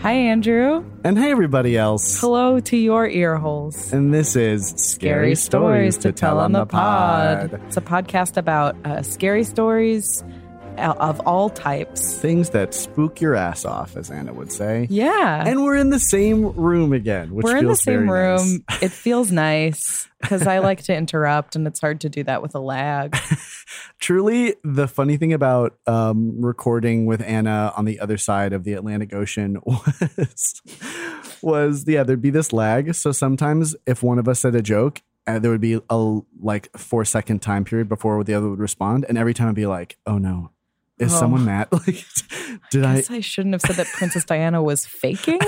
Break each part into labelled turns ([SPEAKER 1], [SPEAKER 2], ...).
[SPEAKER 1] Hi, Andrew.
[SPEAKER 2] And hey, everybody else.
[SPEAKER 1] Hello to your ear holes.
[SPEAKER 2] And this is Scary, Stories to Tell on the Pod.
[SPEAKER 1] It's a podcast about uh, scary stories o- of all types.
[SPEAKER 2] Things that spook your ass off, as Anna would say.
[SPEAKER 1] Yeah.
[SPEAKER 2] And we're in the same room again, which
[SPEAKER 1] we're in the
[SPEAKER 2] feels
[SPEAKER 1] same
[SPEAKER 2] very nice.
[SPEAKER 1] room. It feels nice because I like to interrupt, and it's hard to do that with a lag.
[SPEAKER 2] Truly, the funny thing about um, recording with Anna on the other side of the Atlantic Ocean was, was yeah, there'd be this lag. So sometimes, if one of us said a joke, uh, there would be a like four second time period before the other would respond, and every time I'd be like, "Oh no, is
[SPEAKER 1] Oh.
[SPEAKER 2] someone mad? Like, did I?"
[SPEAKER 1] Guess I shouldn't have said that Princess Diana was faking.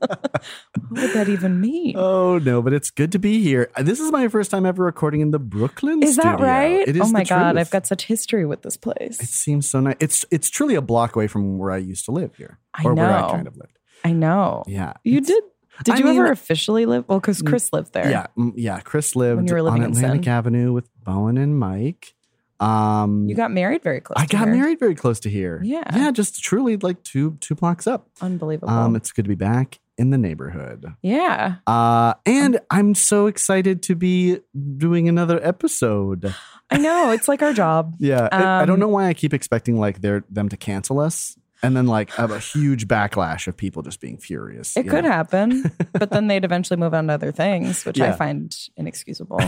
[SPEAKER 1] what would that even mean?
[SPEAKER 2] Oh no, but it's good to be here. This is my first time ever recording in the Brooklyn.
[SPEAKER 1] is that
[SPEAKER 2] studio.
[SPEAKER 1] right?
[SPEAKER 2] It is
[SPEAKER 1] oh my
[SPEAKER 2] the
[SPEAKER 1] god,
[SPEAKER 2] truth.
[SPEAKER 1] I've got such history with this place.
[SPEAKER 2] It seems so nice. It's it's truly a block away from where I used to live here,
[SPEAKER 1] I
[SPEAKER 2] or where I
[SPEAKER 1] know.
[SPEAKER 2] kind of lived.
[SPEAKER 1] I know.
[SPEAKER 2] Yeah,
[SPEAKER 1] You did. Did
[SPEAKER 2] I
[SPEAKER 1] you
[SPEAKER 2] mean-
[SPEAKER 1] ever officially live? Well, because Chris lived there.
[SPEAKER 2] yeah, mm, yeah. Chris lived
[SPEAKER 1] you were living
[SPEAKER 2] on
[SPEAKER 1] in
[SPEAKER 2] Atlantic
[SPEAKER 1] Sen.
[SPEAKER 2] Avenue with Bowen and Mike. Um,
[SPEAKER 1] You got married very close.
[SPEAKER 2] I
[SPEAKER 1] to
[SPEAKER 2] got
[SPEAKER 1] her.
[SPEAKER 2] married very close to here.
[SPEAKER 1] Yeah. Oh,
[SPEAKER 2] yeah, just truly like two two blocks up.
[SPEAKER 1] Unbelievable.
[SPEAKER 2] Um, it's good to be back in the neighborhood.
[SPEAKER 1] yeah.
[SPEAKER 2] Uh,
[SPEAKER 1] Um,
[SPEAKER 2] and I'm so excited to be doing another episode.
[SPEAKER 1] I know. It's like our job.
[SPEAKER 2] Yeah, I- I don't
[SPEAKER 1] Um,
[SPEAKER 2] know why I keep expecting like they're them to cancel us, and then like have a huge backlash of people just being furious.
[SPEAKER 1] It
[SPEAKER 2] you
[SPEAKER 1] could
[SPEAKER 2] know?
[SPEAKER 1] happen, but then they'd eventually move on to other things, which I
[SPEAKER 2] Yeah.
[SPEAKER 1] find inexcusable.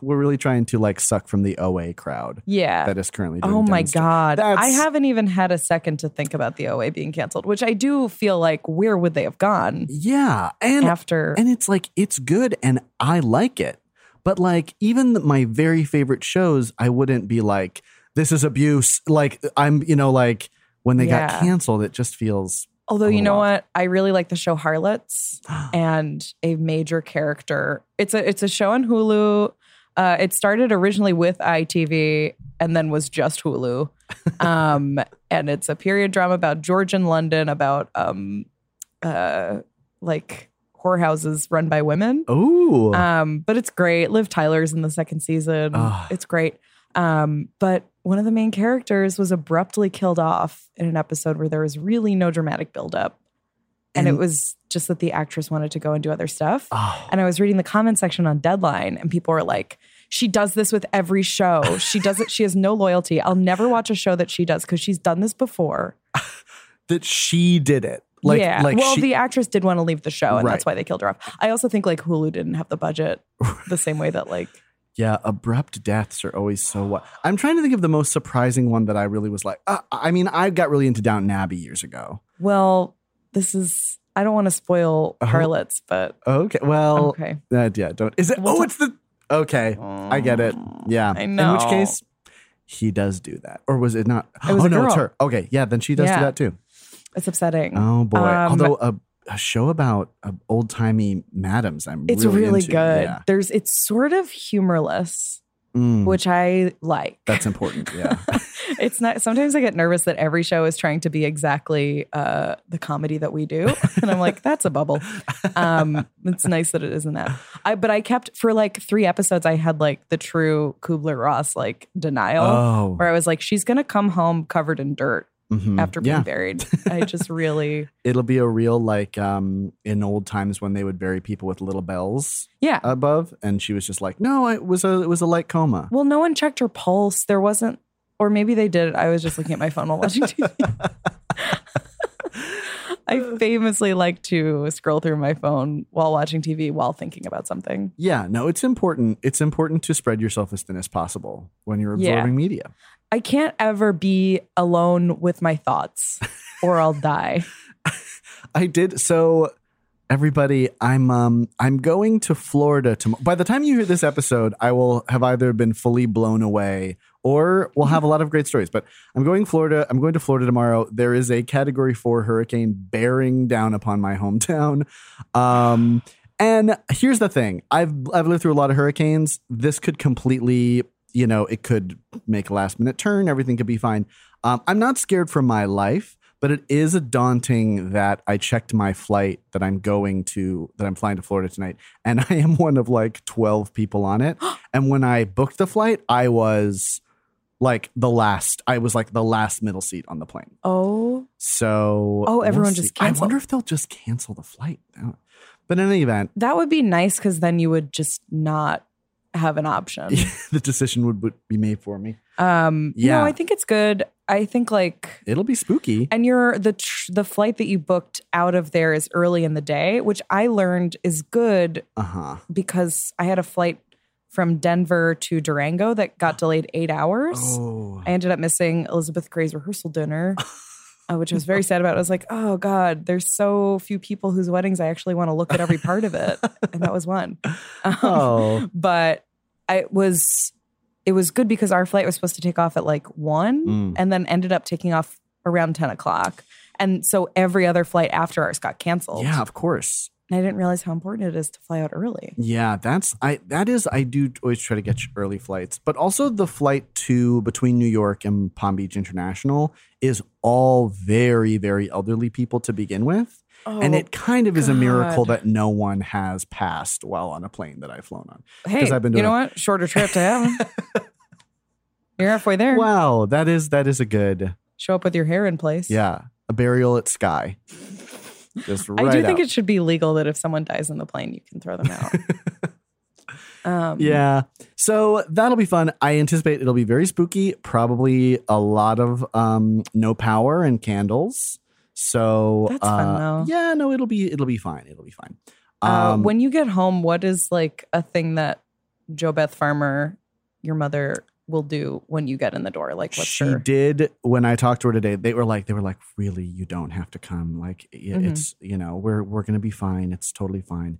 [SPEAKER 2] We're really trying to like suck from the OA crowd
[SPEAKER 1] Yeah.
[SPEAKER 2] that is currently. Doing
[SPEAKER 1] Oh my
[SPEAKER 2] demonstr-
[SPEAKER 1] God. I
[SPEAKER 2] That's-
[SPEAKER 1] haven't even had a second to think about the OA being canceled, which I do feel like where would they have gone
[SPEAKER 2] Yeah, and
[SPEAKER 1] after?
[SPEAKER 2] and it's like it's good and I like it, but like even th- my very favorite shows, I wouldn't be like this is abuse. Like I'm, you know, like when they
[SPEAKER 1] Yeah.
[SPEAKER 2] got canceled, it just feels
[SPEAKER 1] Although, you
[SPEAKER 2] Oh,
[SPEAKER 1] know
[SPEAKER 2] wow.
[SPEAKER 1] what? I really like the show Harlots. and a major character. It's a it's a show on Hulu. Uh, it started originally with ITV and then was just Hulu. Um, and it's a period drama about George and London about um, uh, like whorehouses run by women.
[SPEAKER 2] oh.
[SPEAKER 1] Um, but it's great. Liv Tyler's in the second season.
[SPEAKER 2] Ah.
[SPEAKER 1] It's great. Um, but one of the main characters was abruptly killed off in an episode where there was really no dramatic buildup. And,
[SPEAKER 2] And-
[SPEAKER 1] it was just that the actress wanted to go and do other stuff.
[SPEAKER 2] oh.
[SPEAKER 1] And I was reading the comment section on Deadline, and people were like, she does this with every show. She does it. She has no loyalty. I'll never watch a show that she does because she's done this before.
[SPEAKER 2] that she did it. Like,
[SPEAKER 1] yeah.
[SPEAKER 2] like
[SPEAKER 1] well,
[SPEAKER 2] she,
[SPEAKER 1] the actress did want to leave the show, and that's
[SPEAKER 2] Right.
[SPEAKER 1] why they killed her off. I also think like Hulu didn't have the budget the same way that like
[SPEAKER 2] yeah, abrupt deaths are always so what. I'm trying to think of the most surprising one that I really was like, uh, I mean, I got really into Downton Abbey years ago.
[SPEAKER 1] Well, this is. I don't want to spoil
[SPEAKER 2] Oh.
[SPEAKER 1] harlots, but
[SPEAKER 2] Okay. Well,
[SPEAKER 1] Um, okay.
[SPEAKER 2] uh, yeah, don't. Is it?
[SPEAKER 1] We'll
[SPEAKER 2] oh,
[SPEAKER 1] ta-
[SPEAKER 2] it's the. Okay. I get it. Yeah.
[SPEAKER 1] I
[SPEAKER 2] In which
[SPEAKER 1] know.
[SPEAKER 2] case, he does do that. Or was it not?
[SPEAKER 1] It was
[SPEAKER 2] oh,
[SPEAKER 1] a
[SPEAKER 2] no, it's
[SPEAKER 1] girl.
[SPEAKER 2] her. Okay. Yeah. Then she does
[SPEAKER 1] Yeah.
[SPEAKER 2] do that too.
[SPEAKER 1] It's upsetting.
[SPEAKER 2] Oh, boy.
[SPEAKER 1] Um,
[SPEAKER 2] Although a, a show about old timey madams, I'm
[SPEAKER 1] it's
[SPEAKER 2] really,
[SPEAKER 1] really,
[SPEAKER 2] into.
[SPEAKER 1] good.
[SPEAKER 2] Yeah.
[SPEAKER 1] There's. It's sort of humorless,
[SPEAKER 2] Mm,
[SPEAKER 1] which I like.
[SPEAKER 2] that's important. Yeah.
[SPEAKER 1] it's not. Sometimes I get nervous that every show is trying to be exactly uh, the comedy that we do, and I'm like, that's a bubble. Um, it's nice that it isn't that. I but I kept for like three episodes. I had like the true Kubler Ross like denial,
[SPEAKER 2] oh.
[SPEAKER 1] where I was like, she's gonna come home covered in dirt.
[SPEAKER 2] mhm.
[SPEAKER 1] after being
[SPEAKER 2] yeah.
[SPEAKER 1] buried. I just really,
[SPEAKER 2] it'll be a real like um in old times when they would bury people with little bells
[SPEAKER 1] yeah.
[SPEAKER 2] above and she was just like no it was a it was a light coma
[SPEAKER 1] well, no one checked her pulse. There wasn't, or maybe they did. I was just looking at my phone while watching TV. I famously like to scroll through my phone while watching TV while thinking about something.
[SPEAKER 2] yeah no it's important it's important to spread yourself as thin as possible when you're
[SPEAKER 1] Yeah.
[SPEAKER 2] absorbing media
[SPEAKER 1] I can't ever be alone with my thoughts or I'll die.
[SPEAKER 2] i did so everybody i'm um i'm going to florida tomorrow by the time you hear this episode i will have either been fully blown away or we'll have a lot of great stories but i'm going florida i'm going to florida tomorrow there is a category four hurricane bearing down upon my hometown um And here's the thing: I've I've lived through a lot of hurricanes. This could completely, you know, it could make a last minute turn. Everything could be fine. Um, I'm not scared for my life, but it is a daunting that I checked my flight that I'm going to that I'm flying to Florida tonight, and I am one of like 12 people on it. and when I booked the flight, I was like the last. I was like the last middle seat on the plane.
[SPEAKER 1] Oh,
[SPEAKER 2] So
[SPEAKER 1] Oh, everyone
[SPEAKER 2] see.
[SPEAKER 1] just
[SPEAKER 2] I
[SPEAKER 1] canceled.
[SPEAKER 2] wonder if they'll just cancel the flight. But in any event,
[SPEAKER 1] that would be nice because then you would just not have an option.
[SPEAKER 2] the decision would, would be made for me.
[SPEAKER 1] Um,
[SPEAKER 2] Yeah.
[SPEAKER 1] No, I think it's good. I think like,
[SPEAKER 2] It'll be spooky.
[SPEAKER 1] and your the tr- the flight that you booked out of there is early in the day, which I learned is good
[SPEAKER 2] Uh huh.
[SPEAKER 1] because I had a flight from Denver to Durango that got delayed eight hours.
[SPEAKER 2] Oh,
[SPEAKER 1] I ended up missing Elizabeth Gray's rehearsal dinner, uh, which I was very sad about. I was like, oh God, there's so few people whose weddings I actually want to look at every part of it. and that was one. Um,
[SPEAKER 2] oh.
[SPEAKER 1] But I it was, it was good because our flight was supposed to take off at like one
[SPEAKER 2] Mm.
[SPEAKER 1] and then ended up taking off around 10 o'clock. And so every other flight after ours got canceled.
[SPEAKER 2] yeah, of course.
[SPEAKER 1] And I didn't realize how important it is to fly out early.
[SPEAKER 2] Yeah, that's I. That is, I do always try to get early flights, but also the flight to between New York and Palm Beach International is all very, very elderly people to begin with,
[SPEAKER 1] Oh,
[SPEAKER 2] and it kind of is a miracle
[SPEAKER 1] God.
[SPEAKER 2] that no one has passed while on a plane that I've flown on.
[SPEAKER 1] hey,
[SPEAKER 2] 'cause I've been
[SPEAKER 1] you
[SPEAKER 2] doing
[SPEAKER 1] know what? Shorter trip to heaven. You're halfway there.
[SPEAKER 2] Wow, that is that is a good
[SPEAKER 1] Show up with your hair in place.
[SPEAKER 2] yeah a burial at Sky. Just right
[SPEAKER 1] I do think
[SPEAKER 2] out.
[SPEAKER 1] it should be legal that if someone dies in the plane, you can throw them out. um,
[SPEAKER 2] Yeah. So that'll be fun. I anticipate it'll be very spooky, probably a lot of um no power and candles. So
[SPEAKER 1] That's
[SPEAKER 2] uh,
[SPEAKER 1] fun, though.
[SPEAKER 2] Yeah, no, it'll be it'll be fine. It'll be fine.
[SPEAKER 1] uh,
[SPEAKER 2] Um,
[SPEAKER 1] when you get home, what is like a thing that Joe Beth Farmer, your mother, will do when you get in the door? Like, what's
[SPEAKER 2] she
[SPEAKER 1] her?
[SPEAKER 2] did when I talked to her today, they were like they were like really you don't have to come. Like i-
[SPEAKER 1] Mhm.
[SPEAKER 2] it's you know, we're we're going to be fine. It's totally fine.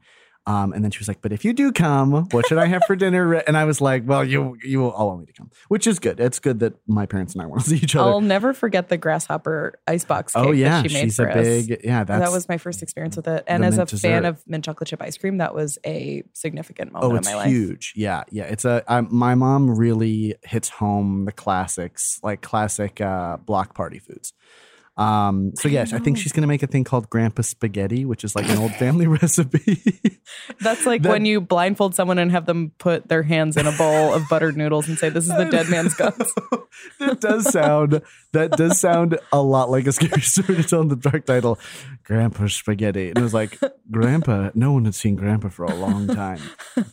[SPEAKER 2] Um, and then she was like, "But if you do come, what should I have for dinner?" And I was like, "Well, you you will all want me to come, which is good. It's good that my parents and I want to see each other."
[SPEAKER 1] I'll never forget the grasshopper icebox cake
[SPEAKER 2] oh yeah,
[SPEAKER 1] that she made
[SPEAKER 2] she's
[SPEAKER 1] for
[SPEAKER 2] a
[SPEAKER 1] us.
[SPEAKER 2] big yeah. That's,
[SPEAKER 1] that was my first experience with it. And
[SPEAKER 2] the
[SPEAKER 1] as a
[SPEAKER 2] mint
[SPEAKER 1] fan
[SPEAKER 2] dessert.
[SPEAKER 1] of mint chocolate chip ice cream, that was a significant moment
[SPEAKER 2] oh,
[SPEAKER 1] in
[SPEAKER 2] it's
[SPEAKER 1] my life.
[SPEAKER 2] huge. Yeah, yeah. It's a I, my mom really hits home the classics, like classic uh, block party foods. Um, so
[SPEAKER 1] I
[SPEAKER 2] yes, I think
[SPEAKER 1] know.
[SPEAKER 2] she's gonna make a thing called Grandpa Spaghetti, which is like an old family recipe.
[SPEAKER 1] That's like
[SPEAKER 2] That-
[SPEAKER 1] when you blindfold someone and have them put their hands in a bowl of buttered noodles and say, This is the dead man's guts.
[SPEAKER 2] that does sound that does sound a lot like a scary story to tell in the dark title, Grandpa Spaghetti. And it was like Grandpa. No one had seen Grandpa for a long time.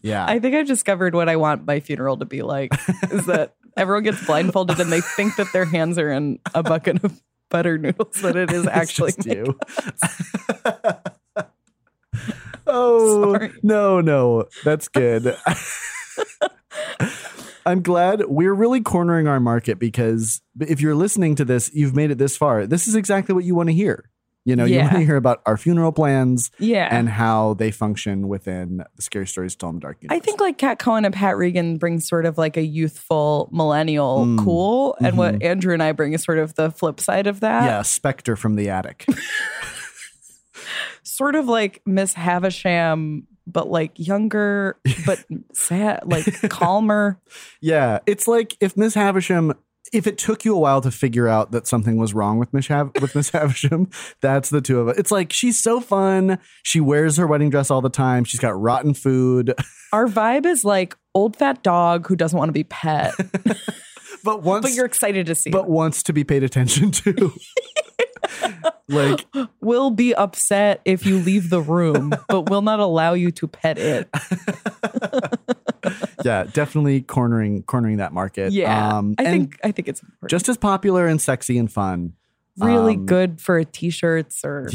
[SPEAKER 2] Yeah,
[SPEAKER 1] I think I've discovered what I want my funeral to be like is that everyone gets blindfolded and they think that their hands are in a bucket of butter noodles, but it is
[SPEAKER 2] It's
[SPEAKER 1] actually.
[SPEAKER 2] just
[SPEAKER 1] me.
[SPEAKER 2] you. oh
[SPEAKER 1] Sorry.
[SPEAKER 2] no, no, that's good. I'm glad we're really cornering our market because if you're listening to this, you've made it this far. This is exactly what you want to hear. You know, you
[SPEAKER 1] Yeah.
[SPEAKER 2] want to hear about our funeral plans
[SPEAKER 1] Yeah.
[SPEAKER 2] and how they function within the scary stories to tell in the dark. Universe.
[SPEAKER 1] I think like Kat Cohen and Pat Regan bring sort of like a youthful millennial
[SPEAKER 2] Mm.
[SPEAKER 1] cool. And what Andrew and I bring is sort of the flip side of that.
[SPEAKER 2] yeah, Spectre from the attic.
[SPEAKER 1] Sort of like Miss Havisham, but like younger, but sad, like calmer.
[SPEAKER 2] Yeah, it's like if Miss Havisham, if it took you a while to figure out that something was wrong with Miss Hav- with Miss Havisham, that's the two of us. It's like she's so fun. She wears her wedding dress all the time. She's got rotten food,
[SPEAKER 1] Our vibe is like old fat dog who doesn't want to be pet,
[SPEAKER 2] but wants
[SPEAKER 1] but you're excited to see.
[SPEAKER 2] but wants to be paid attention to. like
[SPEAKER 1] will be upset if you leave the room, but will not allow you to pet it.
[SPEAKER 2] yeah, definitely cornering cornering that market. Um,
[SPEAKER 1] Yeah, I
[SPEAKER 2] and
[SPEAKER 1] think I think it's important.
[SPEAKER 2] just as popular and sexy and fun.
[SPEAKER 1] really
[SPEAKER 2] um,
[SPEAKER 1] good for t-shirts or.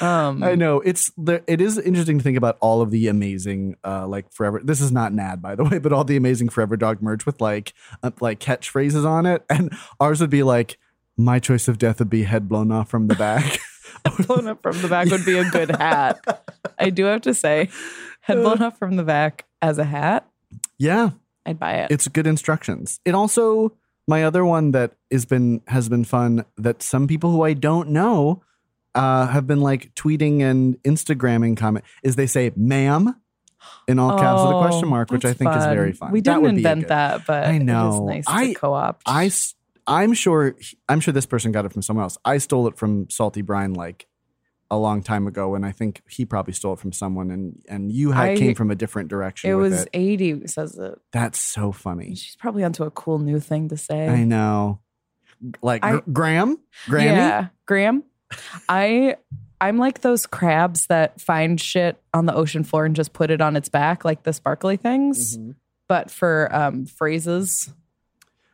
[SPEAKER 1] Um,
[SPEAKER 2] I know it's there. It is interesting to think about all of the amazing, uh, like forever. This is not Nad, by the way, but all the amazing Forever Dog merch with like, uh, like catchphrases on it, and ours would be like, "My choice of death would be head blown off from the back."
[SPEAKER 1] blown up from the back would be a good hat. I do have to say,
[SPEAKER 2] Uh.
[SPEAKER 1] head blown up from the back as a hat,
[SPEAKER 2] yeah,
[SPEAKER 1] I'd buy it.
[SPEAKER 2] it's good instructions. It also my other one that has been has been fun that some people who I don't know uh, have been like tweeting and Instagramming comment is they say "ma'am" in all caps with a
[SPEAKER 1] Oh,
[SPEAKER 2] question mark, which I
[SPEAKER 1] that's
[SPEAKER 2] think is
[SPEAKER 1] fun.
[SPEAKER 2] very fun.
[SPEAKER 1] We
[SPEAKER 2] That
[SPEAKER 1] didn't
[SPEAKER 2] would be a
[SPEAKER 1] invent
[SPEAKER 2] good-
[SPEAKER 1] that, but
[SPEAKER 2] I
[SPEAKER 1] I know. it
[SPEAKER 2] know.
[SPEAKER 1] is nice
[SPEAKER 2] I-
[SPEAKER 1] to co-opt.
[SPEAKER 2] I s- I'm sure I'm sure this person got it from someone else. I stole it from Salty Brine like a long time ago, and I think he probably stole it from someone, and and you had,
[SPEAKER 1] I-
[SPEAKER 2] came from a different direction.
[SPEAKER 1] it
[SPEAKER 2] with
[SPEAKER 1] was
[SPEAKER 2] it.
[SPEAKER 1] 80 who says it.
[SPEAKER 2] that's so funny.
[SPEAKER 1] She's probably onto a cool new thing to say.
[SPEAKER 2] I know, like
[SPEAKER 1] I-
[SPEAKER 2] Gr- Graham, Grammy.
[SPEAKER 1] Yeah, Graham. I I'm like those crabs that find shit on the ocean floor and just put it on its back, like the sparkly things,
[SPEAKER 2] Mhm.
[SPEAKER 1] but for um, phrases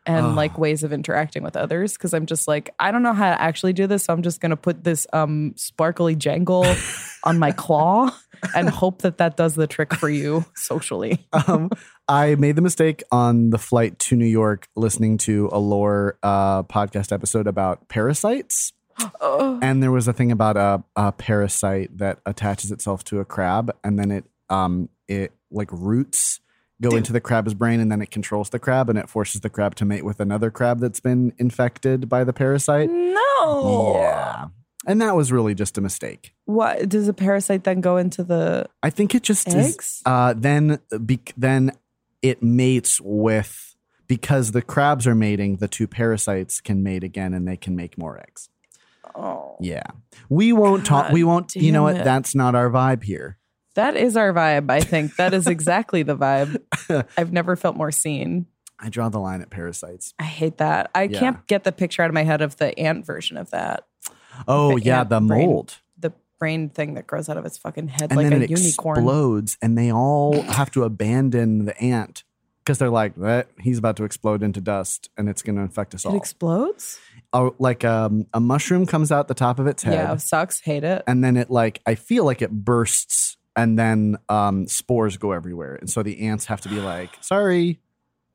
[SPEAKER 1] and
[SPEAKER 2] Oh.
[SPEAKER 1] like ways of interacting with others. Because I'm just like, I don't know how to actually do this, so I'm just gonna put this um, sparkly jangle on my claw and hope that that does the trick for you socially.
[SPEAKER 2] um, I made the mistake on the flight to New York listening to a lore uh, podcast episode about parasites.
[SPEAKER 1] Oh.
[SPEAKER 2] And there was a thing about a, a parasite that attaches itself to a crab and then it um it like roots go into the crab's brain and then it controls the crab and it forces the crab to mate with another crab that's been infected by the parasite.
[SPEAKER 1] No.
[SPEAKER 2] Yeah. And that was really just a mistake.
[SPEAKER 1] What does a parasite then go into the
[SPEAKER 2] I think it just is
[SPEAKER 1] eggs?
[SPEAKER 2] uh, then be- then it mates with because the crabs are mating the two parasites can mate again and they can make more eggs
[SPEAKER 1] oh.
[SPEAKER 2] yeah we won't talk
[SPEAKER 1] God
[SPEAKER 2] we won't you know
[SPEAKER 1] damn
[SPEAKER 2] what
[SPEAKER 1] it.
[SPEAKER 2] that's not our vibe here
[SPEAKER 1] That is our vibe, I think. That is exactly the vibe. I've never felt more seen.
[SPEAKER 2] i draw the line at parasites
[SPEAKER 1] I hate that. I
[SPEAKER 2] Yeah.
[SPEAKER 1] can't get the picture out of my head of the ant version of that.
[SPEAKER 2] oh
[SPEAKER 1] The
[SPEAKER 2] yeah
[SPEAKER 1] ant
[SPEAKER 2] the
[SPEAKER 1] brain
[SPEAKER 2] mold
[SPEAKER 1] The brain thing that grows out of its fucking head
[SPEAKER 2] and
[SPEAKER 1] like
[SPEAKER 2] then
[SPEAKER 1] a
[SPEAKER 2] it
[SPEAKER 1] unicorn.
[SPEAKER 2] explodes and they all have to abandon the ant because they're like that he's about to explode into dust and it's going to infect us
[SPEAKER 1] It
[SPEAKER 2] all
[SPEAKER 1] explodes?
[SPEAKER 2] oh, like um, a mushroom comes out the top of its head
[SPEAKER 1] Yeah, sucks. Hate it.
[SPEAKER 2] and then it like I feel like it bursts and then um spores go everywhere. And so the ants have to be like, sorry,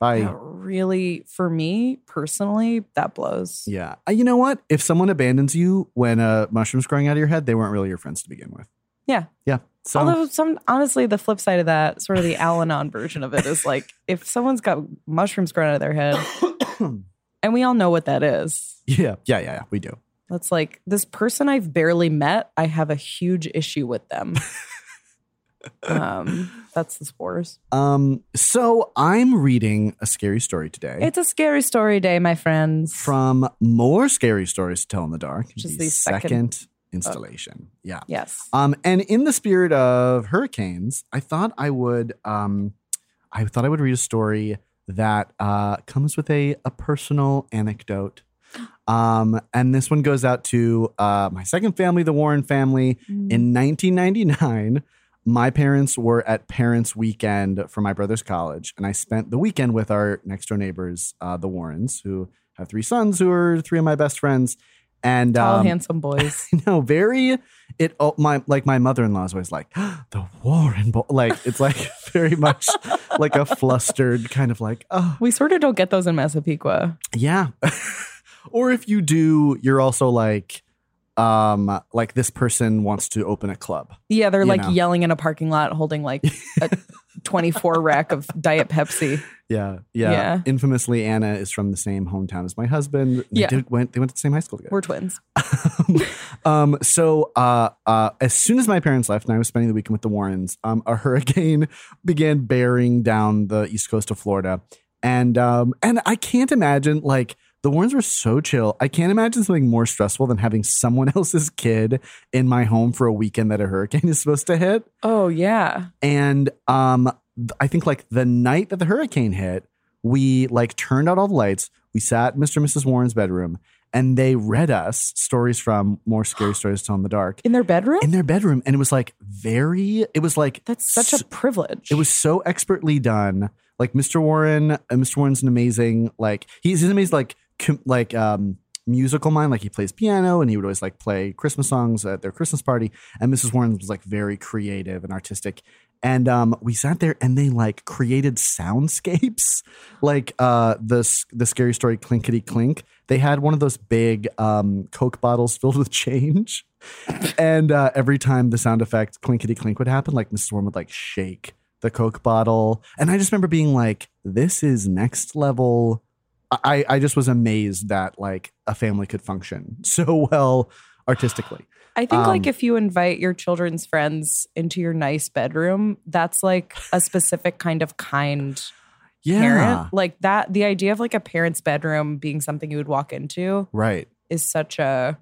[SPEAKER 1] That
[SPEAKER 2] bye.
[SPEAKER 1] really, for me personally, that blows.
[SPEAKER 2] Yeah. Uh, You know what? If someone abandons you when a mushroom's growing out of your head, they weren't really your friends to begin with.
[SPEAKER 1] Yeah.
[SPEAKER 2] Yeah. So
[SPEAKER 1] Although some honestly, the flip side of that, sort of the Al Anon version of it, is like if someone's got mushrooms growing out of their head, and we all know what that is.
[SPEAKER 2] yeah, yeah, yeah, yeah, we do.
[SPEAKER 1] That's like this person I've barely met. I have a huge issue with them. um, that's the spores.
[SPEAKER 2] Um so I'm reading a scary story today.
[SPEAKER 1] It's a scary story day, my friends.
[SPEAKER 2] from more scary stories to tell in the dark,
[SPEAKER 1] Which is
[SPEAKER 2] the,
[SPEAKER 1] the
[SPEAKER 2] second,
[SPEAKER 1] second
[SPEAKER 2] installation. Yeah.
[SPEAKER 1] yes,
[SPEAKER 2] Um, and in the spirit of hurricanes, I thought I would, um, I thought I would read a story that uh, comes with a a personal anecdote. Um, and this one goes out to uh, my second family, the Warren family. In 1999, my parents were at Parents Weekend for my brother's college, and I spent the weekend with our next door neighbors, uh, the Warrens, who have three sons who are three of my best friends. And
[SPEAKER 1] Mm. tall,
[SPEAKER 2] um,
[SPEAKER 1] handsome boys.
[SPEAKER 2] no, very it oh, my like my mother-in-law is always like the Warren Bo-. like it's like very much like a flustered kind of like oh
[SPEAKER 1] we sort of don't get those in Massapequa.
[SPEAKER 2] yeah. or if you do, you're also like um like this person wants to open a club.
[SPEAKER 1] Yeah, they're
[SPEAKER 2] You
[SPEAKER 1] like
[SPEAKER 2] know.
[SPEAKER 1] yelling in a parking lot, holding like a 24 rack of Diet Pepsi.
[SPEAKER 2] Yeah, yeah.
[SPEAKER 1] Yeah.
[SPEAKER 2] Infamously, Anna is from the same hometown as my husband. They
[SPEAKER 1] Yeah.
[SPEAKER 2] did, went they went to the same high school together.
[SPEAKER 1] We're twins.
[SPEAKER 2] um, so uh, uh, as soon as my parents left and I was spending the weekend with the Warrens, um, a hurricane began bearing down the east coast of Florida, and um, and I can't imagine like the Warrens were so chill. I can't imagine something more stressful than having someone else's kid in my home for a weekend that a hurricane is supposed to hit.
[SPEAKER 1] Oh yeah,
[SPEAKER 2] And um, th- I think like the night that the hurricane hit, we like turned out all the lights. We sat in Mr. and Mrs. Warren's bedroom, and they read us stories from more scary stories to tell in the dark
[SPEAKER 1] in their bedroom.
[SPEAKER 2] in their bedroom, and it was like very. It was like
[SPEAKER 1] that's such
[SPEAKER 2] s-
[SPEAKER 1] a privilege.
[SPEAKER 2] It was so expertly done. Like Mr. Warren, uh, Mr. Warren's an amazing like he's an amazing like com- like um musical mind. Like he plays piano and he would always like play Christmas songs at their Christmas party. And Mrs. Warren was like very creative and artistic. And um, we sat there and they like created soundscapes, like uh, the s- the scary story Clinkety Clink. They had one of those big um, Coke bottles filled with change, and uh, every time the sound effect Clinkety Clink would happen, like Mrs. Warren would like shake the Coke bottle. And I just remember being like, this is next level. I, I just was amazed that like a family could function so well artistically.
[SPEAKER 1] I think
[SPEAKER 2] Um,
[SPEAKER 1] like if you invite your children's friends into your nice bedroom, that's like a specific kind of kind
[SPEAKER 2] Yeah.
[SPEAKER 1] parent. Like that the idea of like a parent's bedroom being something you would walk into
[SPEAKER 2] Right.
[SPEAKER 1] is such a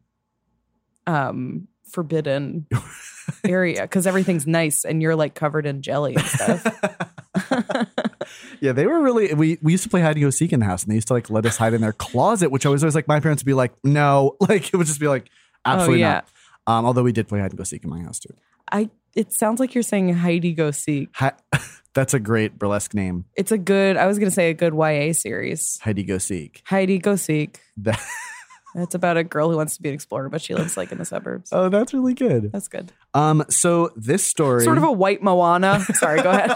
[SPEAKER 1] um forbidden area because everything's nice and you're like covered in jelly and stuff. Oh,
[SPEAKER 2] Yeah, they were really. We we used to play hide and go seek in the house, and they used to like let us hide in their closet, which I was always like, my parents would be like, no, like it would just be like, absolutely
[SPEAKER 1] Oh, yeah.
[SPEAKER 2] not. Um, although we did play hide and go seek in my house too.
[SPEAKER 1] I it sounds like you're saying Heidi go seek.
[SPEAKER 2] Hi- That's a great burlesque name,
[SPEAKER 1] It's a good I was gonna say a good YA series.
[SPEAKER 2] Heidi Go Seek.
[SPEAKER 1] Heidi go seek.
[SPEAKER 2] That-
[SPEAKER 1] That's about a girl who wants to be an explorer, but she lives like in the suburbs.
[SPEAKER 2] oh, that's really good.
[SPEAKER 1] That's good.
[SPEAKER 2] Um, so this story
[SPEAKER 1] Sort of a white Moana. Sorry, go ahead.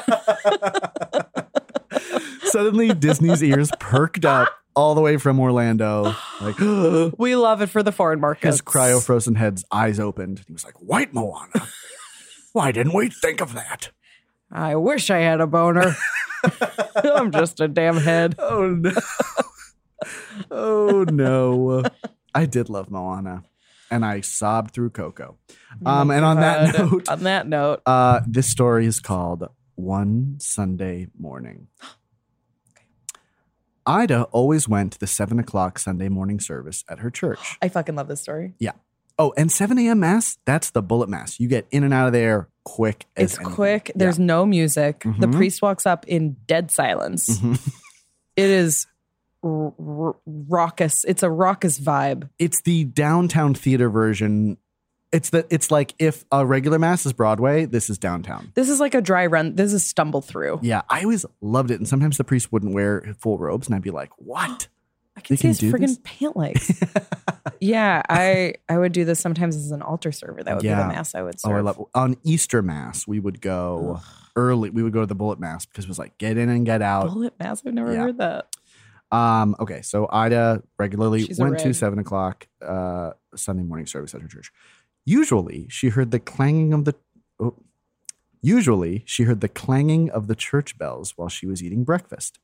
[SPEAKER 2] suddenly Disney's ears perked up all the way from Orlando. Like his
[SPEAKER 1] We love it for the foreign markets.
[SPEAKER 2] cryo frozen head's eyes opened. He was like, "White Moana, why didn't we think of that?"
[SPEAKER 1] I wish I had a boner. I'm just a damn head.
[SPEAKER 2] Oh no. oh no. I did love Moana and I sobbed through Coco. Um, and on that
[SPEAKER 1] God.
[SPEAKER 2] note,
[SPEAKER 1] on that note,
[SPEAKER 2] uh, this story is called One Sunday Morning. Ida always went to the seven o'clock Sunday morning service at her church.
[SPEAKER 1] I fucking love this story.
[SPEAKER 2] Oh, and 7 a.m. Mass, that's the bullet mass. You get in and out of there quick as
[SPEAKER 1] It's
[SPEAKER 2] anything.
[SPEAKER 1] quick. There's no music. The
[SPEAKER 2] Mhm.
[SPEAKER 1] priest walks up in dead silence.
[SPEAKER 2] Yeah. Mhm.
[SPEAKER 1] It is r- r- raucous. It's a raucous vibe.
[SPEAKER 2] it's the downtown theater version. It's the it's like if a regular mass is Broadway, this is downtown.
[SPEAKER 1] This is like a dry run. This is stumble through.
[SPEAKER 2] Yeah, I always loved it. And sometimes the priest wouldn't wear full robes, and I'd be like, "What?" Oh,
[SPEAKER 1] I can
[SPEAKER 2] They
[SPEAKER 1] see
[SPEAKER 2] can
[SPEAKER 1] his
[SPEAKER 2] do
[SPEAKER 1] friggin'
[SPEAKER 2] this?
[SPEAKER 1] pant legs. yeah, I I would do this sometimes as an altar server. That would be
[SPEAKER 2] Yeah.
[SPEAKER 1] the mass I would
[SPEAKER 2] oh,
[SPEAKER 1] serve.
[SPEAKER 2] I love on Easter mass. We would go early. We would go to the bullet mass because it was like get in and get out.
[SPEAKER 1] bullet mass. I've never
[SPEAKER 2] Yeah.
[SPEAKER 1] heard that.
[SPEAKER 2] Um, okay, so Ida regularly
[SPEAKER 1] She's a
[SPEAKER 2] went to
[SPEAKER 1] reg.
[SPEAKER 2] seven o'clock uh, Sunday morning service at her church. Usually, she heard the clanging of the. Oh, usually, she heard the clanging of the church bells while she was eating breakfast,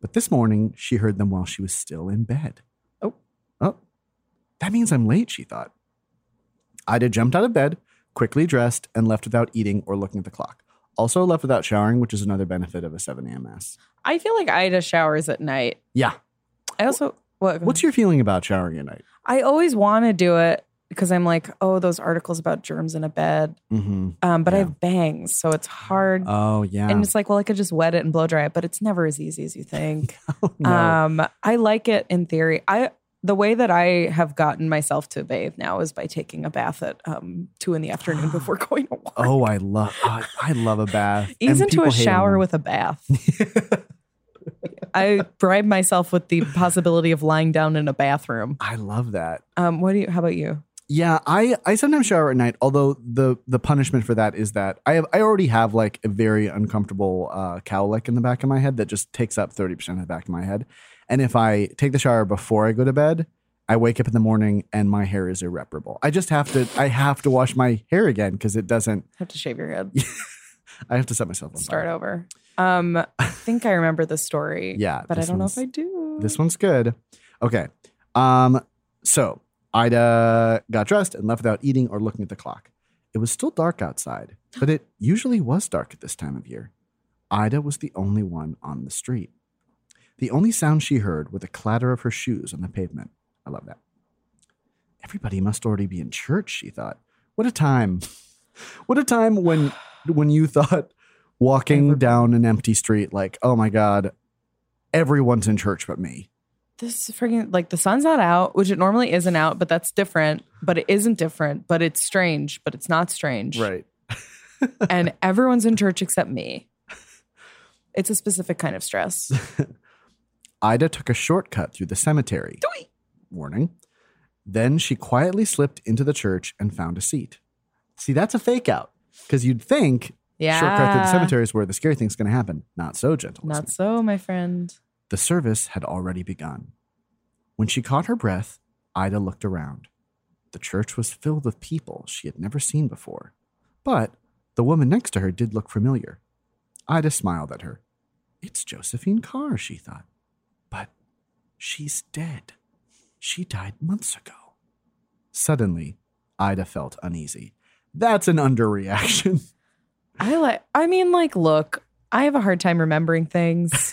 [SPEAKER 2] but this morning she heard them while she was still in bed.
[SPEAKER 1] Oh.
[SPEAKER 2] oh, that means I'm late. She thought. Ida jumped out of bed, quickly dressed, and left without eating or looking at the clock. Also left without showering, which is another benefit of a 7 a.m. mass.
[SPEAKER 1] I feel like Ida showers at night.
[SPEAKER 2] Yeah.
[SPEAKER 1] I also what,
[SPEAKER 2] What's your feeling about showering at night?
[SPEAKER 1] I always want to do it because I'm like, oh, those articles about germs in a bed.
[SPEAKER 2] Mm-hmm.
[SPEAKER 1] Um, but I
[SPEAKER 2] Yeah.
[SPEAKER 1] have bangs, so it's hard.
[SPEAKER 2] Oh yeah.
[SPEAKER 1] and it's like, well, I could just wet it and blow dry it, but it's never as easy as you think.
[SPEAKER 2] Oh, no.
[SPEAKER 1] Um, I like it in theory. I the way that I have gotten myself to bathe now is by taking a bath at um two in the afternoon before going to work.
[SPEAKER 2] oh, I love I, I love a bath.
[SPEAKER 1] Ease
[SPEAKER 2] And
[SPEAKER 1] into a
[SPEAKER 2] people hate on
[SPEAKER 1] shower
[SPEAKER 2] them.
[SPEAKER 1] with a bath. I bribe myself with the possibility of lying down in a bathroom.
[SPEAKER 2] I love that.
[SPEAKER 1] Um, what do you? How about you?
[SPEAKER 2] Yeah, I I sometimes shower at night, although the the punishment for that is that I have I already have like a very uncomfortable uh cowlick in the back of my head that just takes up 30% of the back of my head. And if I take the shower before I go to bed, I wake up in the morning and my hair is irreparable. I just have to I have to wash my hair again because it doesn't
[SPEAKER 1] Have to shave your head.
[SPEAKER 2] I have to set myself on fire.
[SPEAKER 1] Start over. Um, I think I remember the story.
[SPEAKER 2] Yeah,
[SPEAKER 1] but I
[SPEAKER 2] this
[SPEAKER 1] don't know if
[SPEAKER 2] one's-
[SPEAKER 1] I do.
[SPEAKER 2] This one's good. Okay. Um, so Ida got dressed and left without eating or looking at the clock. It was still dark outside, but it usually was dark at this time of year. Ida was the only one on the street. The only sound she heard were the clatter of her shoes on the pavement. I love that. Everybody must already be in church, she thought. What a time. What a time when when you thought walking
[SPEAKER 1] Everybody.
[SPEAKER 2] down an empty street like, "Oh my god, everyone's in church but me."
[SPEAKER 1] This is freaking like the sun's not out, which it normally isn't out, but that's different. But it isn't different. But it's strange. But it's not strange.
[SPEAKER 2] Right.
[SPEAKER 1] and everyone's in church except me. It's a specific kind of stress.
[SPEAKER 2] Ida took a shortcut through the cemetery. Warning. Then she quietly slipped into the church and found a seat. See, that's a fake out because you'd think
[SPEAKER 1] Yeah.
[SPEAKER 2] shortcut through the cemetery is where the scary thing's going to happen. Not so, gentle.
[SPEAKER 1] Not
[SPEAKER 2] listener.
[SPEAKER 1] so, my friend.
[SPEAKER 2] The service had already begun. When she caught her breath, Ida looked around. The church was filled with people she had never seen before, but the woman next to her did look familiar. Ida smiled at her. It's Josephine Carr, she thought. But she's dead. She died months ago. Suddenly, I'd have felt uneasy. That's an underreaction.
[SPEAKER 1] I like I mean like look, I have a hard time remembering things.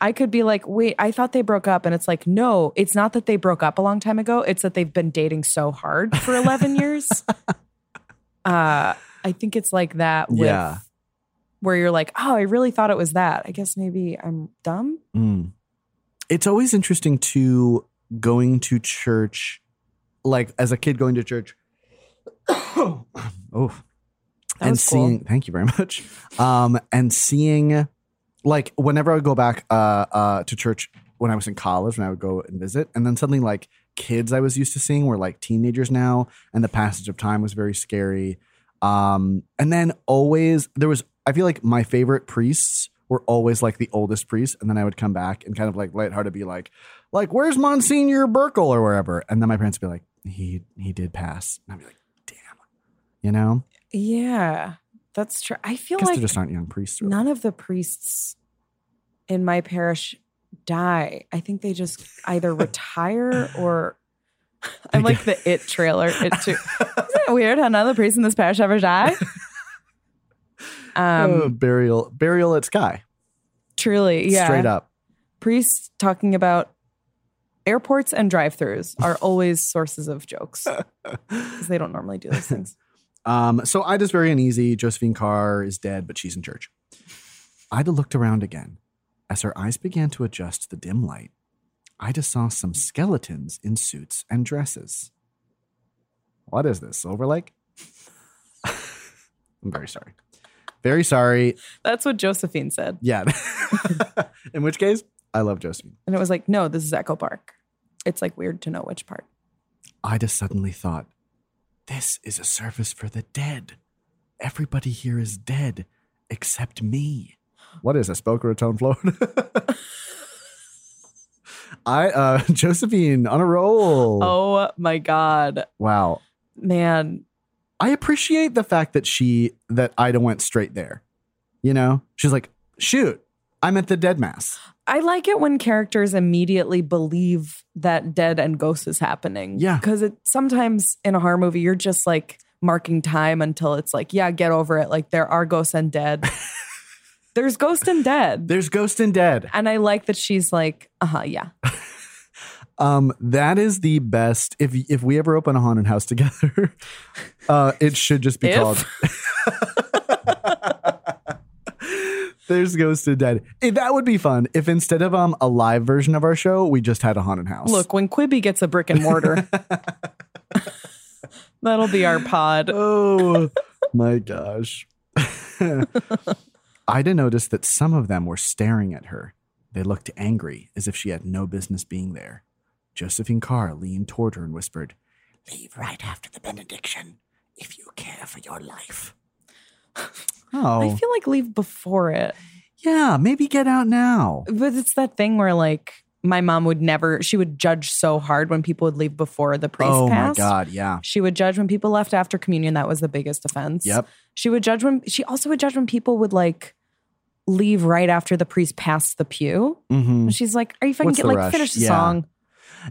[SPEAKER 1] I could be like, "Wait, I thought they broke up." And it's like, "No, it's not that they broke up a long time ago. It's that they've been dating so hard for 11 years." uh, I think it's like that with
[SPEAKER 2] Yeah.
[SPEAKER 1] where you're like, "Oh, I really thought it was that. I guess maybe I'm dumb."
[SPEAKER 2] Mm. It's always interesting to going to church, like as a kid going to church. oh,
[SPEAKER 1] That
[SPEAKER 2] and
[SPEAKER 1] was cool.
[SPEAKER 2] seeing. Thank you very much. Um, and seeing, like, whenever I would go back uh, uh, to church when I was in college, when I would go and visit, and then suddenly, like, kids I was used to seeing were like teenagers now, and the passage of time was very scary. Um, and then always there was. I feel like my favorite priests were always like the oldest priests, and then I would come back and kind of like lighthearted be like, like, "Where's Monsignor Burkle or wherever?" And then my parents would be like, "He he did pass," and I'd be like, "Damn," you know.
[SPEAKER 1] Yeah. That's true. I feel
[SPEAKER 2] I guess
[SPEAKER 1] like
[SPEAKER 2] there just aren't young priests. really.
[SPEAKER 1] none of the priests in my parish die. I think they just either retire or I'm like the it trailer. It too. Isn't it weird how none of the priests in this parish ever die? Um,
[SPEAKER 2] Uh, burial, burial at Sky,
[SPEAKER 1] truly, yeah.
[SPEAKER 2] straight up.
[SPEAKER 1] Priests talking about airports and drive-throughs are always sources of jokes because they don't normally do those things.
[SPEAKER 2] Um, so Ida's very uneasy. Josephine Carr is dead, but she's in church. Ida looked around again. As her eyes began to adjust to the dim light, Ida saw some skeletons in suits and dresses. What is this, Silver Lake? I'm very sorry. Very sorry.
[SPEAKER 1] That's what Josephine said,
[SPEAKER 2] Yeah. in which case, I love Josephine.
[SPEAKER 1] and it was like, no, this is Echo Park. It's like weird to know which part.
[SPEAKER 2] Ida suddenly thought, This is a service for the dead. Everybody here is dead except me. What is this, Boca Raton, Florida? I, uh, Josephine on a roll.
[SPEAKER 1] Oh my god,
[SPEAKER 2] Wow.
[SPEAKER 1] man!
[SPEAKER 2] I appreciate the fact that she, that Ida went straight there. You know, she's like, shoot, I'm at the dead mass.
[SPEAKER 1] I like it when characters immediately believe that dead and ghosts is happening.
[SPEAKER 2] Yeah.
[SPEAKER 1] Because it sometimes in a horror movie, you're just like marking time until it's like, yeah, get over it. Like there are ghosts and dead. There's ghost and dead.
[SPEAKER 2] There's ghost and dead.
[SPEAKER 1] And I like that she's like, uh huh, yeah.
[SPEAKER 2] Um, that is the best. If if we ever open a haunted house together, uh, it should just be
[SPEAKER 1] If.
[SPEAKER 2] called. There's Ghost and Dead. Eh, that would be fun if instead of um a live version of our show, we just had a haunted house.
[SPEAKER 1] Look, when Quibby gets a brick and mortar, that'll be our pod.
[SPEAKER 2] Oh my gosh. Ida noticed that some of them were staring at her. They looked angry, as if she had no business being there. Josephine Carr leaned toward her and whispered, Leave right after the benediction if you care for your life.
[SPEAKER 1] I
[SPEAKER 2] Oh,
[SPEAKER 1] feel like leave before it.
[SPEAKER 2] yeah, maybe get out now.
[SPEAKER 1] But it's that thing where like my mom would never she would judge so hard when people would leave before the priest
[SPEAKER 2] Oh my
[SPEAKER 1] passed.
[SPEAKER 2] God, yeah.
[SPEAKER 1] She would judge when people left after communion. That was the biggest offense.
[SPEAKER 2] Yep.
[SPEAKER 1] She would judge when she also would judge when people would like leave right after the priest passed the pew.
[SPEAKER 2] Mm-hmm.
[SPEAKER 1] And she's like, Are you fucking
[SPEAKER 2] What's
[SPEAKER 1] get,
[SPEAKER 2] the
[SPEAKER 1] like
[SPEAKER 2] rush?
[SPEAKER 1] finish the
[SPEAKER 2] Yeah.
[SPEAKER 1] song?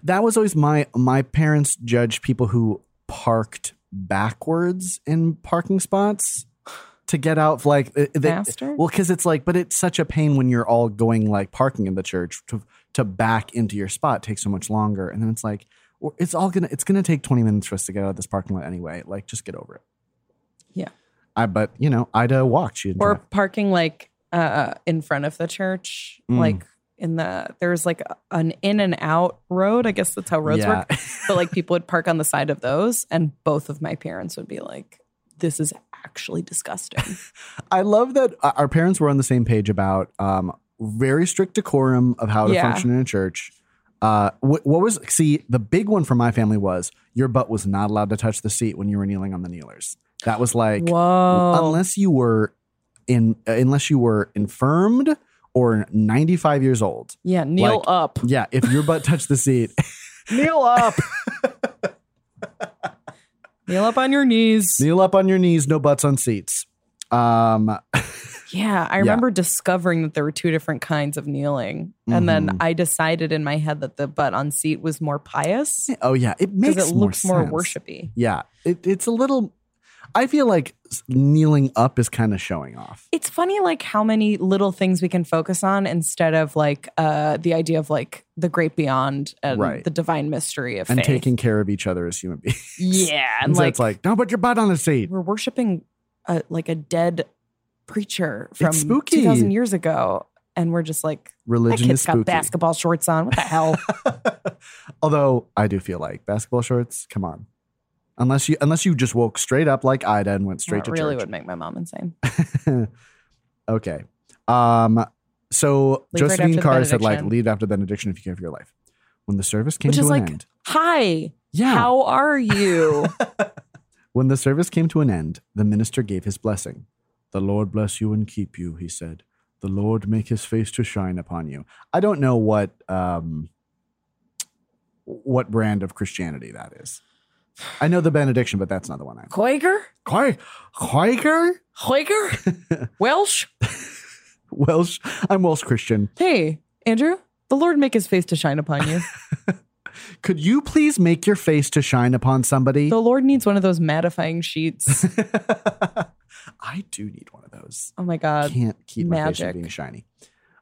[SPEAKER 2] that was always my my parents judged people who parked backwards in parking spots to get out like it- it-
[SPEAKER 1] Faster?
[SPEAKER 2] well because it's like but it's such a pain when you're all going like parking in the church to to back into your spot takes so much longer and then it's like well, it's all gonna it's gonna take 20 minutes for us to get out of this parking lot anyway like just get over it
[SPEAKER 1] Yeah.
[SPEAKER 2] i but you know ida walked she didn't
[SPEAKER 1] Or
[SPEAKER 2] drive.
[SPEAKER 1] parking like uh in front of the church.
[SPEAKER 2] Mm.
[SPEAKER 1] Like in the there's like an in and out road. I guess that's how roads
[SPEAKER 2] Yeah.
[SPEAKER 1] work. but like people would park on the side of those and both of my parents would be like this is actually disgusting
[SPEAKER 2] I love that uh, our parents were on the same page about um, very strict decorum of how to
[SPEAKER 1] Yeah.
[SPEAKER 2] function in a church. Uh, wh- what was see the big one for my family was your butt was not allowed to touch the seat when you were kneeling on the kneelers. That was like
[SPEAKER 1] whoa
[SPEAKER 2] unless you were in uh, unless you were infirmed or 95 years old.
[SPEAKER 1] yeah kneel
[SPEAKER 2] like-
[SPEAKER 1] up
[SPEAKER 2] Yeah, if your butt touched the seat, kneel up,
[SPEAKER 1] kneel up on your knees
[SPEAKER 2] kneel up on your knees, no butts on seats. Um,
[SPEAKER 1] Yeah, I
[SPEAKER 2] Yeah.
[SPEAKER 1] remember discovering that there were two different kinds of kneeling. And
[SPEAKER 2] Mhm.
[SPEAKER 1] then I decided in my head that the butt on seat was more pious
[SPEAKER 2] Oh yeah, it makes
[SPEAKER 1] because it looks more,
[SPEAKER 2] sense.
[SPEAKER 1] worshipy.
[SPEAKER 2] Yeah, it, it's a little. I feel like s- kneeling up is kind of showing off.
[SPEAKER 1] It's funny like how many little things we can focus on instead of like uh the idea of like the great beyond and
[SPEAKER 2] Right.
[SPEAKER 1] the divine mystery of
[SPEAKER 2] And
[SPEAKER 1] faith.
[SPEAKER 2] taking care of each other as human beings.
[SPEAKER 1] yeah, and
[SPEAKER 2] so
[SPEAKER 1] like,
[SPEAKER 2] it's like, don't put your butt on the seat.
[SPEAKER 1] we're worshiping a, like a dead preacher from
[SPEAKER 2] spooky.
[SPEAKER 1] 2000 years ago and we're just like that
[SPEAKER 2] Religion
[SPEAKER 1] kid's
[SPEAKER 2] is
[SPEAKER 1] got
[SPEAKER 2] spooky.
[SPEAKER 1] basketball shorts on. What the hell?
[SPEAKER 2] Although I do feel like basketball shorts. Come on, unless you unless you just woke straight up like Ida and went straight
[SPEAKER 1] that
[SPEAKER 2] to
[SPEAKER 1] really
[SPEAKER 2] church.
[SPEAKER 1] would make my mom insane.
[SPEAKER 2] okay. Um. So
[SPEAKER 1] Leave right
[SPEAKER 2] Josephine
[SPEAKER 1] after the
[SPEAKER 2] Carr said, like,
[SPEAKER 1] benediction.
[SPEAKER 2] leave after the benediction if you care for your life. When the service came
[SPEAKER 1] Which
[SPEAKER 2] to
[SPEAKER 1] is
[SPEAKER 2] an
[SPEAKER 1] like,
[SPEAKER 2] end,
[SPEAKER 1] hi,
[SPEAKER 2] yeah.
[SPEAKER 1] how are you?
[SPEAKER 2] When the service came to an end, the minister gave his blessing. The Lord bless you and keep you, he said. The Lord make his face to shine upon you. I don't know what um, what brand of Christianity that is. I know the benediction, but that's not the one I
[SPEAKER 1] Quaker?
[SPEAKER 2] Qui- Quaker?
[SPEAKER 1] Quaker? Welsh?
[SPEAKER 2] Welsh. I'm Welsh Christian.
[SPEAKER 1] Hey, Andrew, the Lord make his face to shine upon you.
[SPEAKER 2] Could you please make your face to shine upon somebody?
[SPEAKER 1] the Lord needs one of those mattifying sheets.
[SPEAKER 2] I do need one of those.
[SPEAKER 1] Oh my God.
[SPEAKER 2] can't keep my face from
[SPEAKER 1] magic.
[SPEAKER 2] being shiny.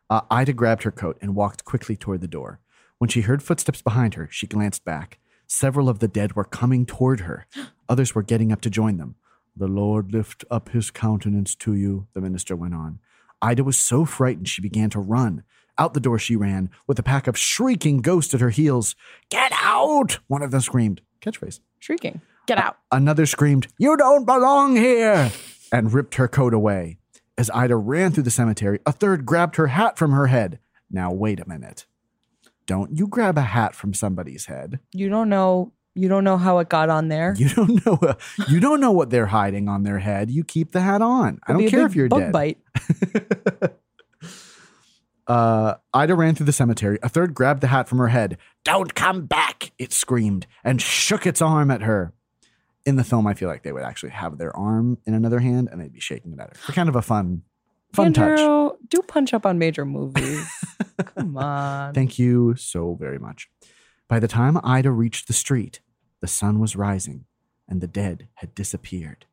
[SPEAKER 2] Uh, Ida grabbed her coat and walked quickly toward the door. When she heard footsteps behind her, she glanced back. Several of the dead were coming toward her. Others were getting up to join them. The Lord lift up his countenance to you, the minister went on. Ida was so frightened she began to run. Out the door she ran, with a pack of shrieking ghosts at her heels. Get out! One of them screamed. Catchphrase.
[SPEAKER 1] Shrieking. Get out.
[SPEAKER 2] Another screamed, You don't belong here! and ripped her coat away. As Ida ran through the cemetery, a third grabbed her hat from her head. Now, wait a minute. Don't you grab a hat from somebody's head.
[SPEAKER 1] You don't know. You don't know how it got on there.
[SPEAKER 2] You don't know you don't know what they're hiding on their head. You keep the hat on. I
[SPEAKER 1] It'd be
[SPEAKER 2] don't
[SPEAKER 1] a
[SPEAKER 2] care
[SPEAKER 1] big
[SPEAKER 2] if you're
[SPEAKER 1] bug
[SPEAKER 2] dead.
[SPEAKER 1] bite.
[SPEAKER 2] Uh, Ida ran through the cemetery. A third grabbed the hat from her head. Don't come back, it screamed, and shook its arm at her. In the film, I feel like they would actually have their arm in another hand and they'd be shaking it at her. For kind of a fun, fun touch.
[SPEAKER 1] Andrew, do punch up on major movies. Come on.
[SPEAKER 2] Thank you so very much. By the time Ida reached the street, the sun was rising and the dead had disappeared.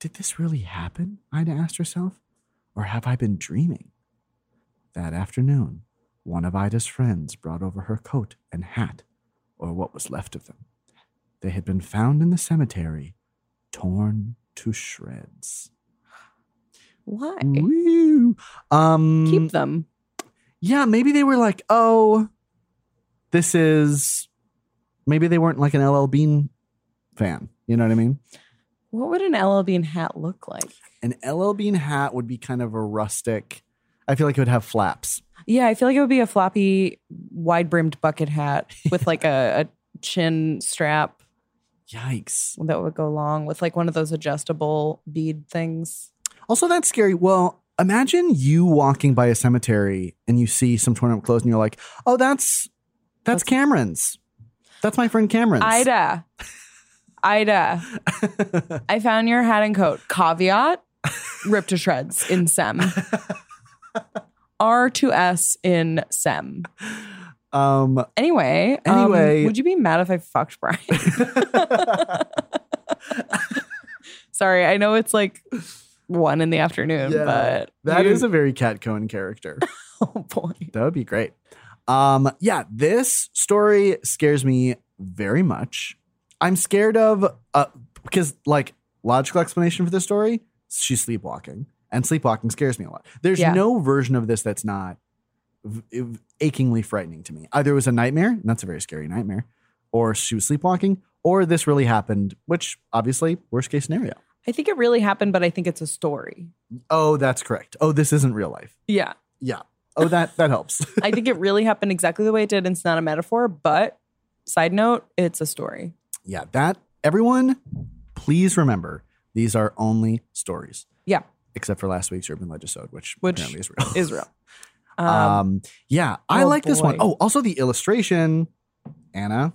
[SPEAKER 2] Did this really happen? Ida asked herself. Or have I been dreaming? That afternoon, one of Ida's friends brought over her coat and hat, or what was left of them. They had been found in the cemetery, torn to shreds.
[SPEAKER 1] Why?
[SPEAKER 2] Mm. Woo! Um,
[SPEAKER 1] Keep them.
[SPEAKER 2] yeah, maybe they were like, oh, this is. Maybe they weren't like an LL Bean fan. You know what I mean?
[SPEAKER 1] What would an LL Bean hat look like?
[SPEAKER 2] An LL Bean hat would be kind of a rustic. I feel like it would have flaps.
[SPEAKER 1] Yeah, I feel like it would be a floppy, wide brimmed bucket hat with like a, a chin strap
[SPEAKER 2] Yikes.
[SPEAKER 1] that would go along with like one of those adjustable bead things.
[SPEAKER 2] Also, that's scary. Well, imagine you walking by a cemetery and you see some torn up clothes and you're like, oh, that's that's Cameron's. That's my friend Cameron's.
[SPEAKER 1] Ida, Ida, I found your hat and coat. Caveat ripped to shreds in E SEM. R2S in E SEM.
[SPEAKER 2] um,
[SPEAKER 1] Anyway, um,
[SPEAKER 2] Anyway.
[SPEAKER 1] would you be mad if I fucked Brian? Sorry, I know it's like one in the afternoon,
[SPEAKER 2] Yeah,
[SPEAKER 1] but
[SPEAKER 2] that
[SPEAKER 1] you-
[SPEAKER 2] is a very Cat Cohen character.
[SPEAKER 1] oh boy.
[SPEAKER 2] That would be great. Um, yeah, this story scares me very much. I'm scared of uh because like logical explanation for this story, she's sleepwalking, and sleepwalking scares me a lot. There's
[SPEAKER 1] Yeah.
[SPEAKER 2] no version of this that's not v- v- achingly frightening to me. Either it was a nightmare, and that's a very scary nightmare, or she was sleepwalking, or this really happened, which obviously worst case scenario.
[SPEAKER 1] I think it really happened, but I think it's a story.
[SPEAKER 2] Oh, that's correct. Oh, this isn't real life.
[SPEAKER 1] Yeah.
[SPEAKER 2] Yeah. Oh, that that helps.
[SPEAKER 1] I think it really happened exactly the way it did. And it's not a metaphor, but side note, it's a story.
[SPEAKER 2] yeah, that everyone, please remember these are only stories.
[SPEAKER 1] Yeah.
[SPEAKER 2] Except for last week's urban legisode, which,
[SPEAKER 1] Which
[SPEAKER 2] apparently is real.
[SPEAKER 1] Israel. Um,
[SPEAKER 2] Um, yeah, I
[SPEAKER 1] oh
[SPEAKER 2] like this one.
[SPEAKER 1] boy.
[SPEAKER 2] Oh, also the illustration, Anna.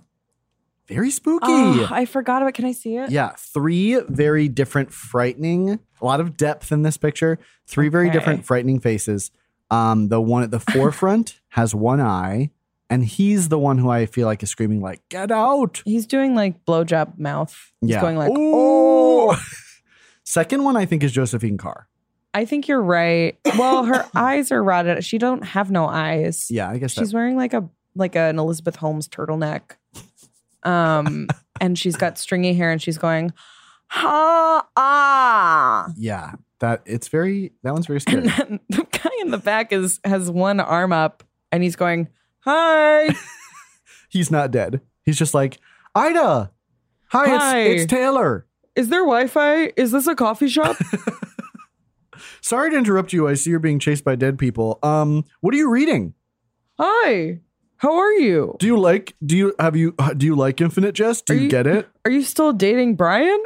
[SPEAKER 2] Very spooky.
[SPEAKER 1] Oh, I forgot about. Can I see it?
[SPEAKER 2] Yeah, three very different, frightening. A lot of depth in this picture. Three very
[SPEAKER 1] Okay.
[SPEAKER 2] different, frightening faces. Um, the one at the forefront has one eye, and he's the one who I feel like is screaming like "Get out!"
[SPEAKER 1] He's doing like blowjob mouth. He's
[SPEAKER 2] yeah,
[SPEAKER 1] going like,
[SPEAKER 2] "Oh." Second one I think is Josephine Carr.
[SPEAKER 1] I think you're right. Well, her eyes are rotted. She don't have no eyes.
[SPEAKER 2] Yeah, I guess
[SPEAKER 1] She's wearing like a like an Elizabeth Holmes turtleneck. Um, and she's got stringy hair and she's going, ha ah.
[SPEAKER 2] that, yeah. That it's very that one's very
[SPEAKER 1] And
[SPEAKER 2] scary.
[SPEAKER 1] then the guy in the back is has one arm up and he's going, Hi.
[SPEAKER 2] he's not dead. He's just like Ida. Hi,
[SPEAKER 1] Hi.
[SPEAKER 2] It's, it's Taylor.
[SPEAKER 1] Is there Wi-Fi? Is this a coffee shop?
[SPEAKER 2] Sorry to interrupt you. I see you're being chased by dead people. Um, what are you reading?
[SPEAKER 1] Hi. How are you?
[SPEAKER 2] Do you like? Do you have you? uh, Do you like Infinite Jest? Do
[SPEAKER 1] Are
[SPEAKER 2] you,
[SPEAKER 1] you-
[SPEAKER 2] get it?
[SPEAKER 1] Are you still dating Brian?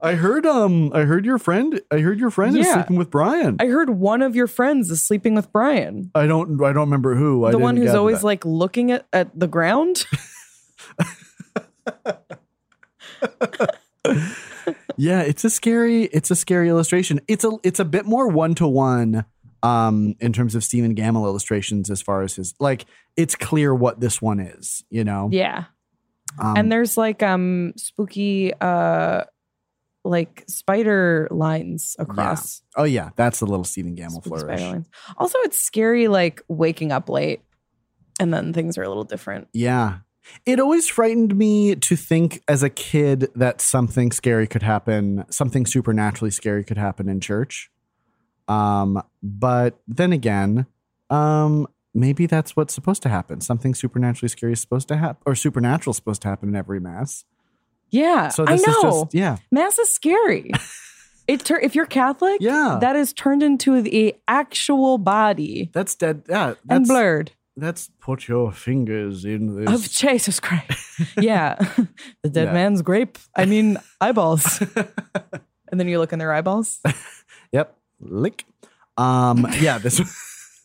[SPEAKER 2] I heard. Um, I heard your friend. I heard your friend is
[SPEAKER 1] Yeah.
[SPEAKER 2] sleeping with Brian.
[SPEAKER 1] I heard one of your friends is sleeping with Brian.
[SPEAKER 2] I, don't. I don't remember who. I
[SPEAKER 1] the one
[SPEAKER 2] didn't
[SPEAKER 1] who's
[SPEAKER 2] gather
[SPEAKER 1] always
[SPEAKER 2] that.
[SPEAKER 1] like looking at, at the ground.
[SPEAKER 2] Yeah, it's a scary. It's a scary illustration. It's a. It's a bit more one to one. Um, in terms of Stephen Gamble illustrations, as far as his like, it's clear what this one is. You know.
[SPEAKER 1] yeah.
[SPEAKER 2] Um,
[SPEAKER 1] and there's like um spooky uh like spider lines across
[SPEAKER 2] oh yeah, that's the little Stephen Gamble
[SPEAKER 1] spooky
[SPEAKER 2] flourish.
[SPEAKER 1] spider lines. Also it's scary like waking up late and then things are a little different.
[SPEAKER 2] Yeah. It always frightened me to think as a kid that something scary could happen, something supernaturally scary could happen in church. Um, but then again, um, maybe that's what's supposed to happen. Something supernaturally scary is supposed to happen, or supernatural is supposed to happen in every mass.
[SPEAKER 1] Yeah.
[SPEAKER 2] So
[SPEAKER 1] Uh, I
[SPEAKER 2] this
[SPEAKER 1] know.
[SPEAKER 2] is just, yeah,
[SPEAKER 1] Mass is scary. it tur- if you're Catholic,
[SPEAKER 2] Yeah.
[SPEAKER 1] that is turned into the actual body
[SPEAKER 2] that's dead. Yeah,
[SPEAKER 1] and
[SPEAKER 2] that's,
[SPEAKER 1] blurred
[SPEAKER 2] that's put your fingers in
[SPEAKER 1] of
[SPEAKER 2] this.
[SPEAKER 1] Jesus Christ. yeah. the dead
[SPEAKER 2] Yeah.
[SPEAKER 1] man's grape. I mean eyeballs. and then you look in their eyeballs.
[SPEAKER 2] yep, lick. Um, yeah, this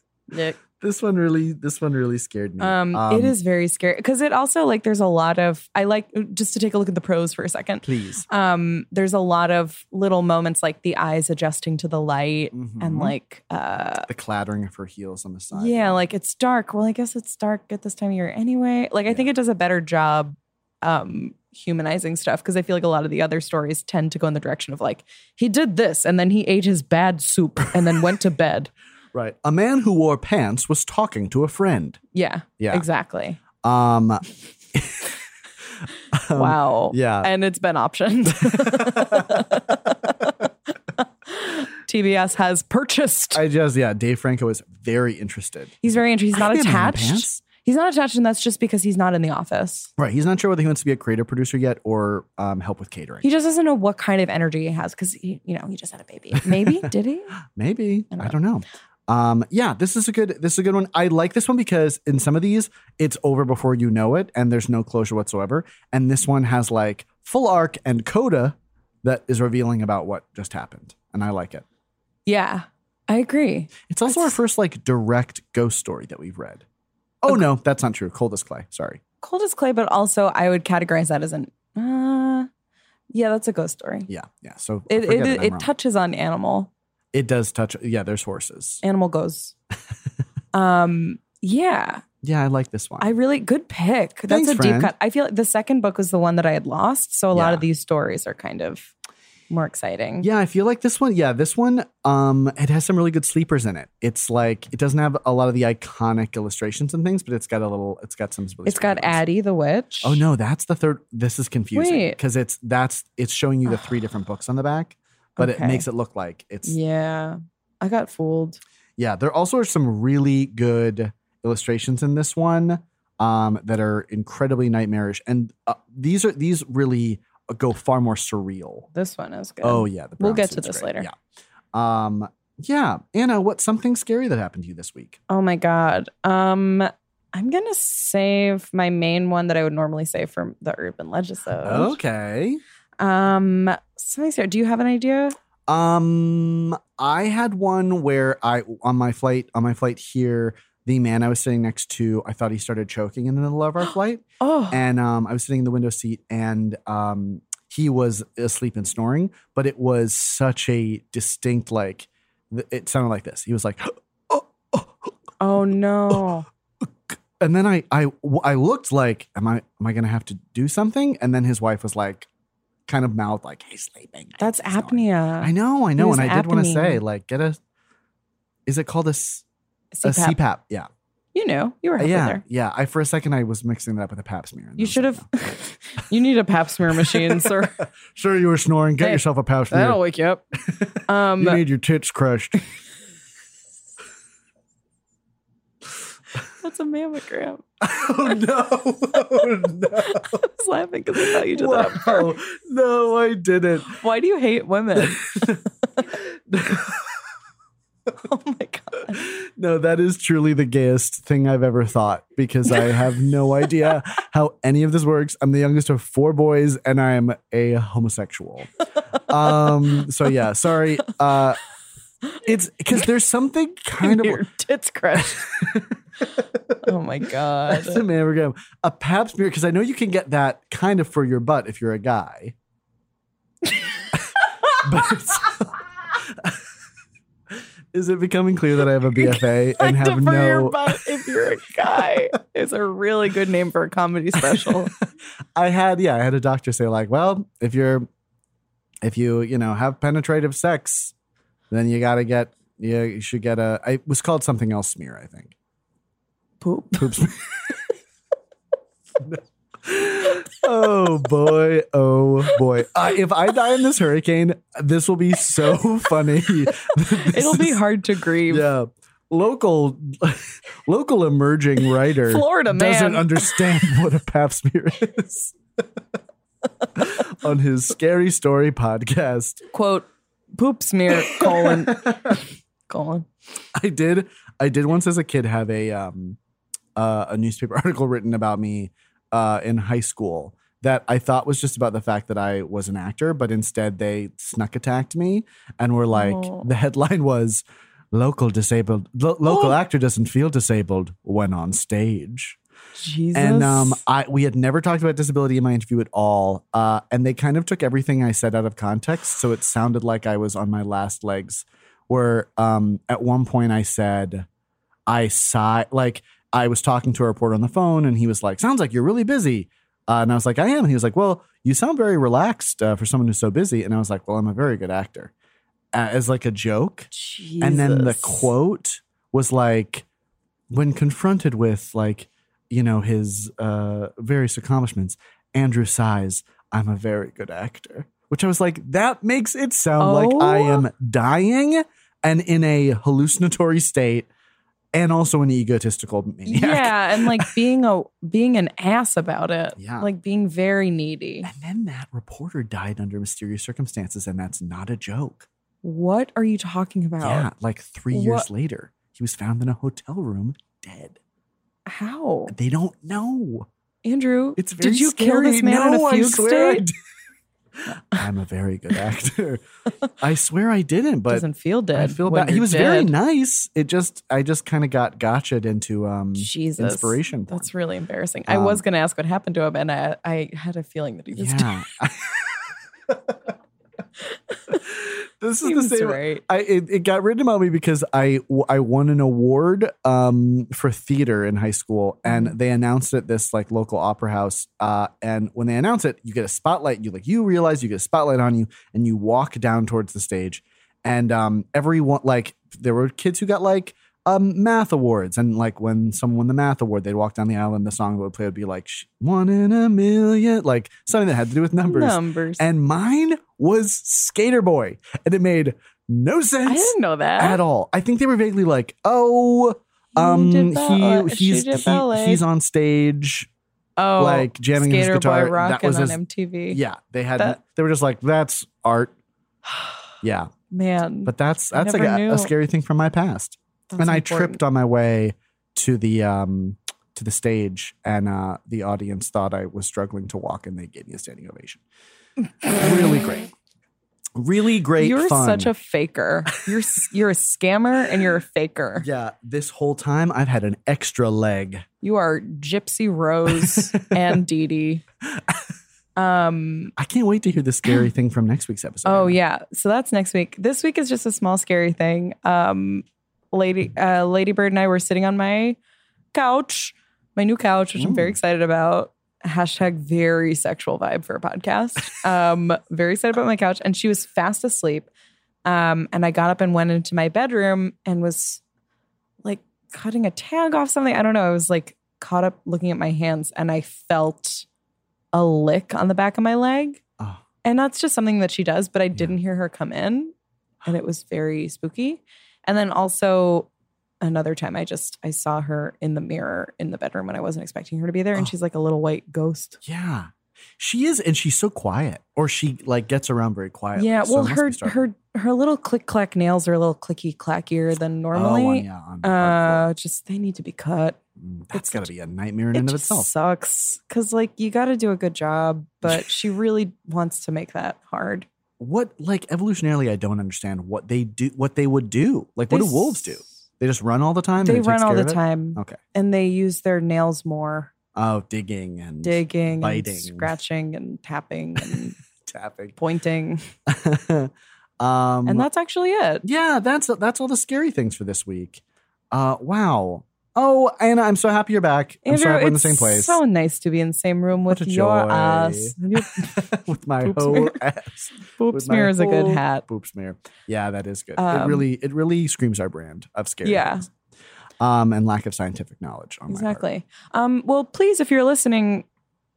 [SPEAKER 2] this one really this one really scared me.
[SPEAKER 1] Um, it is very scary because it also like there's a lot of I like just to take a look at the pros for a second.
[SPEAKER 2] please.
[SPEAKER 1] Um, there's a lot of little moments like the eyes adjusting to the light and like uh
[SPEAKER 2] the clattering of her heels on the side.
[SPEAKER 1] yeah, like it's dark. Well, I guess it's dark at this time of year anyway. Like I think it does a better job um humanizing stuff because I feel like a lot of the other stories tend to go in the direction of like he did this and then he ate his bad soup and then went to bed.
[SPEAKER 2] Right. A man who wore pants was talking to a friend.
[SPEAKER 1] Yeah,
[SPEAKER 2] Yeah.
[SPEAKER 1] exactly.
[SPEAKER 2] Um, um,
[SPEAKER 1] wow.
[SPEAKER 2] Yeah.
[SPEAKER 1] and it's been optioned. TBS has purchased.
[SPEAKER 2] I just yeah, Dave Franco is very interested.
[SPEAKER 1] he's very interesting. He's
[SPEAKER 2] I
[SPEAKER 1] not
[SPEAKER 2] didn't have
[SPEAKER 1] attached.
[SPEAKER 2] pants.
[SPEAKER 1] He's not attached, and that's just because he's not in the office.
[SPEAKER 2] Right. He's not sure whether he wants to be a creative producer yet or um, help with catering.
[SPEAKER 1] He just doesn't know what kind of energy he has because he, you know, he just had a baby. Maybe did he?
[SPEAKER 2] Maybe.
[SPEAKER 1] I don't
[SPEAKER 2] I don't know. Um, yeah, this is a good this is a good one. I like this one because in some of these it's over before you know it and there's no closure whatsoever. And this one has like full arc and coda that is revealing about what just happened. And I like it.
[SPEAKER 1] Yeah, I agree.
[SPEAKER 2] It's also our
[SPEAKER 1] It's-
[SPEAKER 2] first like direct ghost story that we've read. Oh no, that's not true. Cold as clay. Sorry.
[SPEAKER 1] Cold as clay, but also I would categorize that as an. Uh, yeah, that's a ghost story.
[SPEAKER 2] Yeah, yeah. So
[SPEAKER 1] It
[SPEAKER 2] forget
[SPEAKER 1] it, it,
[SPEAKER 2] I'm wrong.
[SPEAKER 1] touches on animal.
[SPEAKER 2] it does touch. Yeah, there's horses.
[SPEAKER 1] Animal goes. um. Yeah.
[SPEAKER 2] Yeah, I like this one.
[SPEAKER 1] I really good pick. That's
[SPEAKER 2] Thanks,
[SPEAKER 1] a deep
[SPEAKER 2] friend.
[SPEAKER 1] cut. I feel like the second book was the one that I had lost, so a lot
[SPEAKER 2] Yeah.
[SPEAKER 1] of these stories are kind of more exciting.
[SPEAKER 2] yeah, I feel like this one. Yeah, this one. Um, it has some really good sleepers in it. It's like it doesn't have a lot of the iconic illustrations and things, but it's got a little. It's got some. Really
[SPEAKER 1] it's got
[SPEAKER 2] scary ones.
[SPEAKER 1] Addie the witch.
[SPEAKER 2] Oh no, that's the third. This is confusing
[SPEAKER 1] Wait.
[SPEAKER 2] because it's that's it's showing you the three different books on the back, but it
[SPEAKER 1] Okay.
[SPEAKER 2] makes it look like it's
[SPEAKER 1] Yeah, I got fooled.
[SPEAKER 2] Yeah, there also are some really good illustrations in this one um, that are incredibly nightmarish, and uh, these are these really uh, go far more surreal.
[SPEAKER 1] This one is good.
[SPEAKER 2] Oh yeah, the
[SPEAKER 1] We'll get
[SPEAKER 2] brown
[SPEAKER 1] to
[SPEAKER 2] suit's
[SPEAKER 1] this
[SPEAKER 2] great.
[SPEAKER 1] later.
[SPEAKER 2] Yeah, um, yeah, Anna, what's something scary that happened to you this week?
[SPEAKER 1] Oh my god. Um, I'm gonna save my main one that I would normally save from the urban legisode.
[SPEAKER 2] Okay,
[SPEAKER 1] Um, something. Sarah, do you have an idea?
[SPEAKER 2] um, I had one where I on my flight on my flight here. the man I was sitting next to, I thought he started choking in the middle of our flight.
[SPEAKER 1] Oh,
[SPEAKER 2] And um, I was sitting in the window seat and um, he was asleep and snoring, but it was such a distinct, like, th- it sounded like this. He was like,
[SPEAKER 1] oh no.
[SPEAKER 2] and then I, I, I looked like, am I, am I going to have to do something? And then his wife was like, kind of mouth like, he's sleeping.
[SPEAKER 1] That's
[SPEAKER 2] He's snoring."
[SPEAKER 1] apnea.
[SPEAKER 2] I know, I know,
[SPEAKER 1] was
[SPEAKER 2] and I did want to say,
[SPEAKER 1] apnea.
[SPEAKER 2] like, get a. Is it called a, s- a
[SPEAKER 1] CPAP.
[SPEAKER 2] CPAP? Yeah, Uh,
[SPEAKER 1] You know, you were halfway
[SPEAKER 2] yeah,
[SPEAKER 1] there.
[SPEAKER 2] yeah. I for a second I was mixing that up with a Pap smear. and I
[SPEAKER 1] You
[SPEAKER 2] was
[SPEAKER 1] should
[SPEAKER 2] like,
[SPEAKER 1] have.
[SPEAKER 2] no.
[SPEAKER 1] you need a pap smear machine, sir.
[SPEAKER 2] Sure, you were snoring. Get
[SPEAKER 1] Hey,
[SPEAKER 2] yourself a Pap smear.
[SPEAKER 1] That'll wake you up. Um,
[SPEAKER 2] you need your tits crushed.
[SPEAKER 1] that's a mammogram.
[SPEAKER 2] oh no! Oh no!
[SPEAKER 1] I was laughing because I thought you did that.
[SPEAKER 2] Wow. No, I didn't.
[SPEAKER 1] Why do you hate women? oh my god.
[SPEAKER 2] No, that is truly the gayest thing I've ever thought because I have no idea how any of this works. I'm the youngest of four boys and I'm a homosexual. Um, so yeah, sorry. Uh, it's because there's something kind of
[SPEAKER 1] Your tits crushed. oh my god.
[SPEAKER 2] that's a mammogram, a pap smear, because I know you can get that kind of for your butt if you're a guy. but is it becoming clear that I have a BFA and
[SPEAKER 1] Like to
[SPEAKER 2] have
[SPEAKER 1] for your
[SPEAKER 2] no
[SPEAKER 1] butt if you're a guy. it's a really good name for a comedy special.
[SPEAKER 2] I had yeah, I had a doctor say like, well, if you're if you you know have penetrative sex, then you gotta get yeah, you should get a. I- It was called something else smear, I think.
[SPEAKER 1] Poop.
[SPEAKER 2] Poop smear. oh boy, oh boy! Uh, if I die in this hurricane, this will be so funny.
[SPEAKER 1] It'll be hard to grieve.
[SPEAKER 2] yeah. Local, local emerging writer
[SPEAKER 1] Florida
[SPEAKER 2] doesn't
[SPEAKER 1] man.
[SPEAKER 2] understand what a pap smear is on his scary story podcast
[SPEAKER 1] Quote poop smear colon colon.
[SPEAKER 2] i did i did once as a kid have a um uh, a newspaper article written about me uh in high school that i thought was just about the fact that i was an actor but instead they snuck attacked me and were like
[SPEAKER 1] Oh.
[SPEAKER 2] the headline was local disabled lo- local
[SPEAKER 1] Oh.
[SPEAKER 2] actor doesn't feel disabled when on stage
[SPEAKER 1] Jesus.
[SPEAKER 2] And um, I we had never talked about disability in my interview at all, uh, and they kind of took everything I said out of context, so it sounded like I was on my last legs. Where um, at one point I said, I sigh like I was talking to a reporter on the phone, and he was like, "Sounds like you're really busy," uh, and I was like, "I am." And he was like, "Well, you sound very relaxed uh, for someone who's so busy," and I was like, "Well, I'm a very good actor," uh, as like a joke.
[SPEAKER 1] Jesus.
[SPEAKER 2] And then the quote was like, when confronted with like, you know, his uh, various accomplishments, Andrew sighs, I'm a very good actor. Which I was like, that makes it sound like I
[SPEAKER 1] Oh.
[SPEAKER 2] am dying and in a hallucinatory state and also an egotistical maniac.
[SPEAKER 1] Yeah, and like being a being an ass about it.
[SPEAKER 2] Yeah.
[SPEAKER 1] Like being very needy.
[SPEAKER 2] And then that reporter died under mysterious circumstances, and that's not a joke.
[SPEAKER 1] What are you talking about?
[SPEAKER 2] Yeah, like three years
[SPEAKER 1] What-
[SPEAKER 2] later, he was found in a hotel room dead.
[SPEAKER 1] How?
[SPEAKER 2] They don't know.
[SPEAKER 1] Andrew,
[SPEAKER 2] It's very
[SPEAKER 1] did you kill
[SPEAKER 2] scary.
[SPEAKER 1] this man
[SPEAKER 2] No,
[SPEAKER 1] in a fugue state?
[SPEAKER 2] I am a very good actor. I swear I didn't, but
[SPEAKER 1] Doesn't feel dead.
[SPEAKER 2] I feel
[SPEAKER 1] when
[SPEAKER 2] bad. He
[SPEAKER 1] you're
[SPEAKER 2] was very
[SPEAKER 1] dead.
[SPEAKER 2] nice. It just I just kind of got gotcha'd into um
[SPEAKER 1] Jesus.
[SPEAKER 2] inspiration. porn.
[SPEAKER 1] That's really embarrassing. I
[SPEAKER 2] Um,
[SPEAKER 1] was going to ask what happened to him, and I, I had a feeling that he was dead.
[SPEAKER 2] yeah. this is
[SPEAKER 1] He
[SPEAKER 2] the
[SPEAKER 1] was
[SPEAKER 2] same.
[SPEAKER 1] right.
[SPEAKER 2] I it, it got written about me because I w- I won an award um for theater in high school and they announced it at this like local opera house uh and when they announce it you get a spotlight you like you realize you get a spotlight on you and you walk down towards the stage and um everyone like there were kids who got like um math awards and like when someone won the math award they'd walk down the aisle and the song that would play would be like "Sh- one in a million like something that had to do with numbers
[SPEAKER 1] Numbers.
[SPEAKER 2] and mine was Skater Boy, and it made no
[SPEAKER 1] I
[SPEAKER 2] sense
[SPEAKER 1] didn't know that.
[SPEAKER 2] at all. I think they were vaguely like, "Oh,
[SPEAKER 1] He
[SPEAKER 2] um,
[SPEAKER 1] did
[SPEAKER 2] he,
[SPEAKER 1] ballet- she
[SPEAKER 2] he's
[SPEAKER 1] did
[SPEAKER 2] he-
[SPEAKER 1] ballet.
[SPEAKER 2] he's on stage,
[SPEAKER 1] oh,
[SPEAKER 2] like jamming his
[SPEAKER 1] Skater
[SPEAKER 2] guitar."
[SPEAKER 1] Boy rocking
[SPEAKER 2] that was
[SPEAKER 1] on
[SPEAKER 2] his-
[SPEAKER 1] MTV.
[SPEAKER 2] yeah. They had
[SPEAKER 1] That-
[SPEAKER 2] they were just like, "That's art." Yeah,
[SPEAKER 1] Man.
[SPEAKER 2] but that's
[SPEAKER 1] I
[SPEAKER 2] that's like
[SPEAKER 1] never
[SPEAKER 2] a, a
[SPEAKER 1] knew.
[SPEAKER 2] scary thing from my past.
[SPEAKER 1] that's
[SPEAKER 2] and I
[SPEAKER 1] important.
[SPEAKER 2] tripped on my way to the um to the stage, and uh, the audience thought I was struggling to walk, and they gave me a standing ovation. really great. Really great
[SPEAKER 1] you're
[SPEAKER 2] fun.
[SPEAKER 1] such a faker. You're s- you're a scammer and you're a faker.
[SPEAKER 2] yeah, this whole time I've had an extra leg.
[SPEAKER 1] You are Gypsy Rose and Dee Dee. Um,
[SPEAKER 2] I can't wait to hear the scary thing from next week's episode.
[SPEAKER 1] oh yeah. So that's next week. This week is just a small scary thing. Um, lady uh, Lady Bird and I were sitting on my couch, my new couch, which I'm very
[SPEAKER 2] Ooh.
[SPEAKER 1] excited about. Hashtag very sexual vibe for a podcast. Um, very excited about my couch. And she was fast asleep. Um, and I got up and went into my bedroom and was like cutting a tag off something. I don't know. I was like caught up looking at my hands and I felt a lick on the back of my leg.
[SPEAKER 2] Oh.
[SPEAKER 1] And that's just something that she does, but I didn't hear her come in. And it was very spooky. And then also another time I just I saw her in the mirror in the bedroom when I wasn't expecting her to be there. And
[SPEAKER 2] Oh.
[SPEAKER 1] she's like a little white ghost.
[SPEAKER 2] Yeah. She is, and she's so quiet, or she like gets around very quietly.
[SPEAKER 1] yeah.
[SPEAKER 2] so
[SPEAKER 1] Well
[SPEAKER 2] it must be
[SPEAKER 1] her
[SPEAKER 2] startling.
[SPEAKER 1] her her little click clack nails are a little clicky clackier than normally.
[SPEAKER 2] Oh, on, yeah, on the hardcore.
[SPEAKER 1] Uh, just they need to be cut.
[SPEAKER 2] Mm, That's
[SPEAKER 1] it's-
[SPEAKER 2] got to be a nightmare in and of
[SPEAKER 1] just
[SPEAKER 2] itself.
[SPEAKER 1] Sucks because like you got to do a good job, but she really wants to make that hard.
[SPEAKER 2] What, like, evolutionarily, I don't understand what they do, what they would do. Like, what
[SPEAKER 1] They
[SPEAKER 2] do wolves do? They just run all the time. and
[SPEAKER 1] They
[SPEAKER 2] it takes
[SPEAKER 1] run all
[SPEAKER 2] care
[SPEAKER 1] the
[SPEAKER 2] of it?
[SPEAKER 1] time.
[SPEAKER 2] Okay.
[SPEAKER 1] and they use their nails more,
[SPEAKER 2] Oh, digging and
[SPEAKER 1] digging,
[SPEAKER 2] biting.
[SPEAKER 1] and scratching, and tapping and
[SPEAKER 2] tapping.
[SPEAKER 1] pointing,
[SPEAKER 2] um,
[SPEAKER 1] and that's actually it.
[SPEAKER 2] yeah, that's that's all the scary things for this week. Uh, wow. Oh, Anna, I'm so happy you're back. I'm
[SPEAKER 1] Andrew,
[SPEAKER 2] so happy we're in the
[SPEAKER 1] it's
[SPEAKER 2] same place.
[SPEAKER 1] so nice to be in the same room
[SPEAKER 2] What
[SPEAKER 1] with
[SPEAKER 2] a
[SPEAKER 1] your
[SPEAKER 2] joy.
[SPEAKER 1] ass. Your
[SPEAKER 2] with my
[SPEAKER 1] Poop
[SPEAKER 2] whole
[SPEAKER 1] smear.
[SPEAKER 2] ass.
[SPEAKER 1] poop
[SPEAKER 2] With my
[SPEAKER 1] smear is a good
[SPEAKER 2] whole
[SPEAKER 1] hat.
[SPEAKER 2] Poop smear. Yeah, that is good. it
[SPEAKER 1] Um,
[SPEAKER 2] really it really screams our brand of scary.
[SPEAKER 1] Yeah.
[SPEAKER 2] things. Um, and lack of scientific knowledge on my part.
[SPEAKER 1] Exactly. Um, well, please, if you're listening,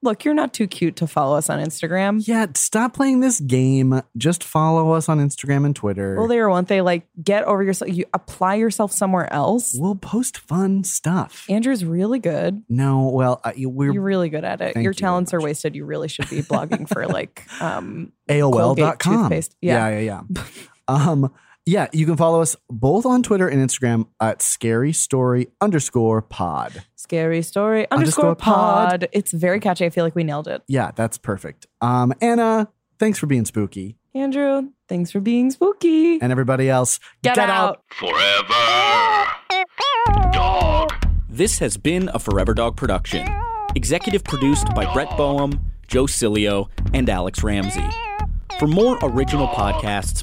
[SPEAKER 1] look, you're not too cute to follow us on Instagram.
[SPEAKER 2] Yeah, stop playing this game. Just follow us on Instagram and Twitter.
[SPEAKER 1] Well, they or won't they? Like, get over yourself. You apply yourself somewhere else.
[SPEAKER 2] we'll post fun stuff.
[SPEAKER 1] Andrew's really good.
[SPEAKER 2] no, well, uh, you- we're
[SPEAKER 1] You're really good at it.
[SPEAKER 2] Thank
[SPEAKER 1] Your
[SPEAKER 2] you very
[SPEAKER 1] talents are
[SPEAKER 2] much.
[SPEAKER 1] wasted. You really should be blogging for like, um,
[SPEAKER 2] AOL.com.
[SPEAKER 1] Colgate toothpaste. Yeah.
[SPEAKER 2] yeah, yeah. yeah. um, yeah, you can follow us both on Twitter and Instagram at scary story underscore pod.
[SPEAKER 1] scary story
[SPEAKER 2] Underscore
[SPEAKER 1] underscore,
[SPEAKER 2] pod.
[SPEAKER 1] pod. It's very catchy. I feel like we nailed it.
[SPEAKER 2] Yeah, that's perfect. Um, Anna, thanks for being spooky.
[SPEAKER 1] Andrew, thanks for being spooky.
[SPEAKER 2] And everybody else,
[SPEAKER 3] Forever. Dog.
[SPEAKER 4] This has been a Forever Dog production. Executive produced by Brett Boehm, Joe Cilio, and Alex Ramsey. For more original podcasts,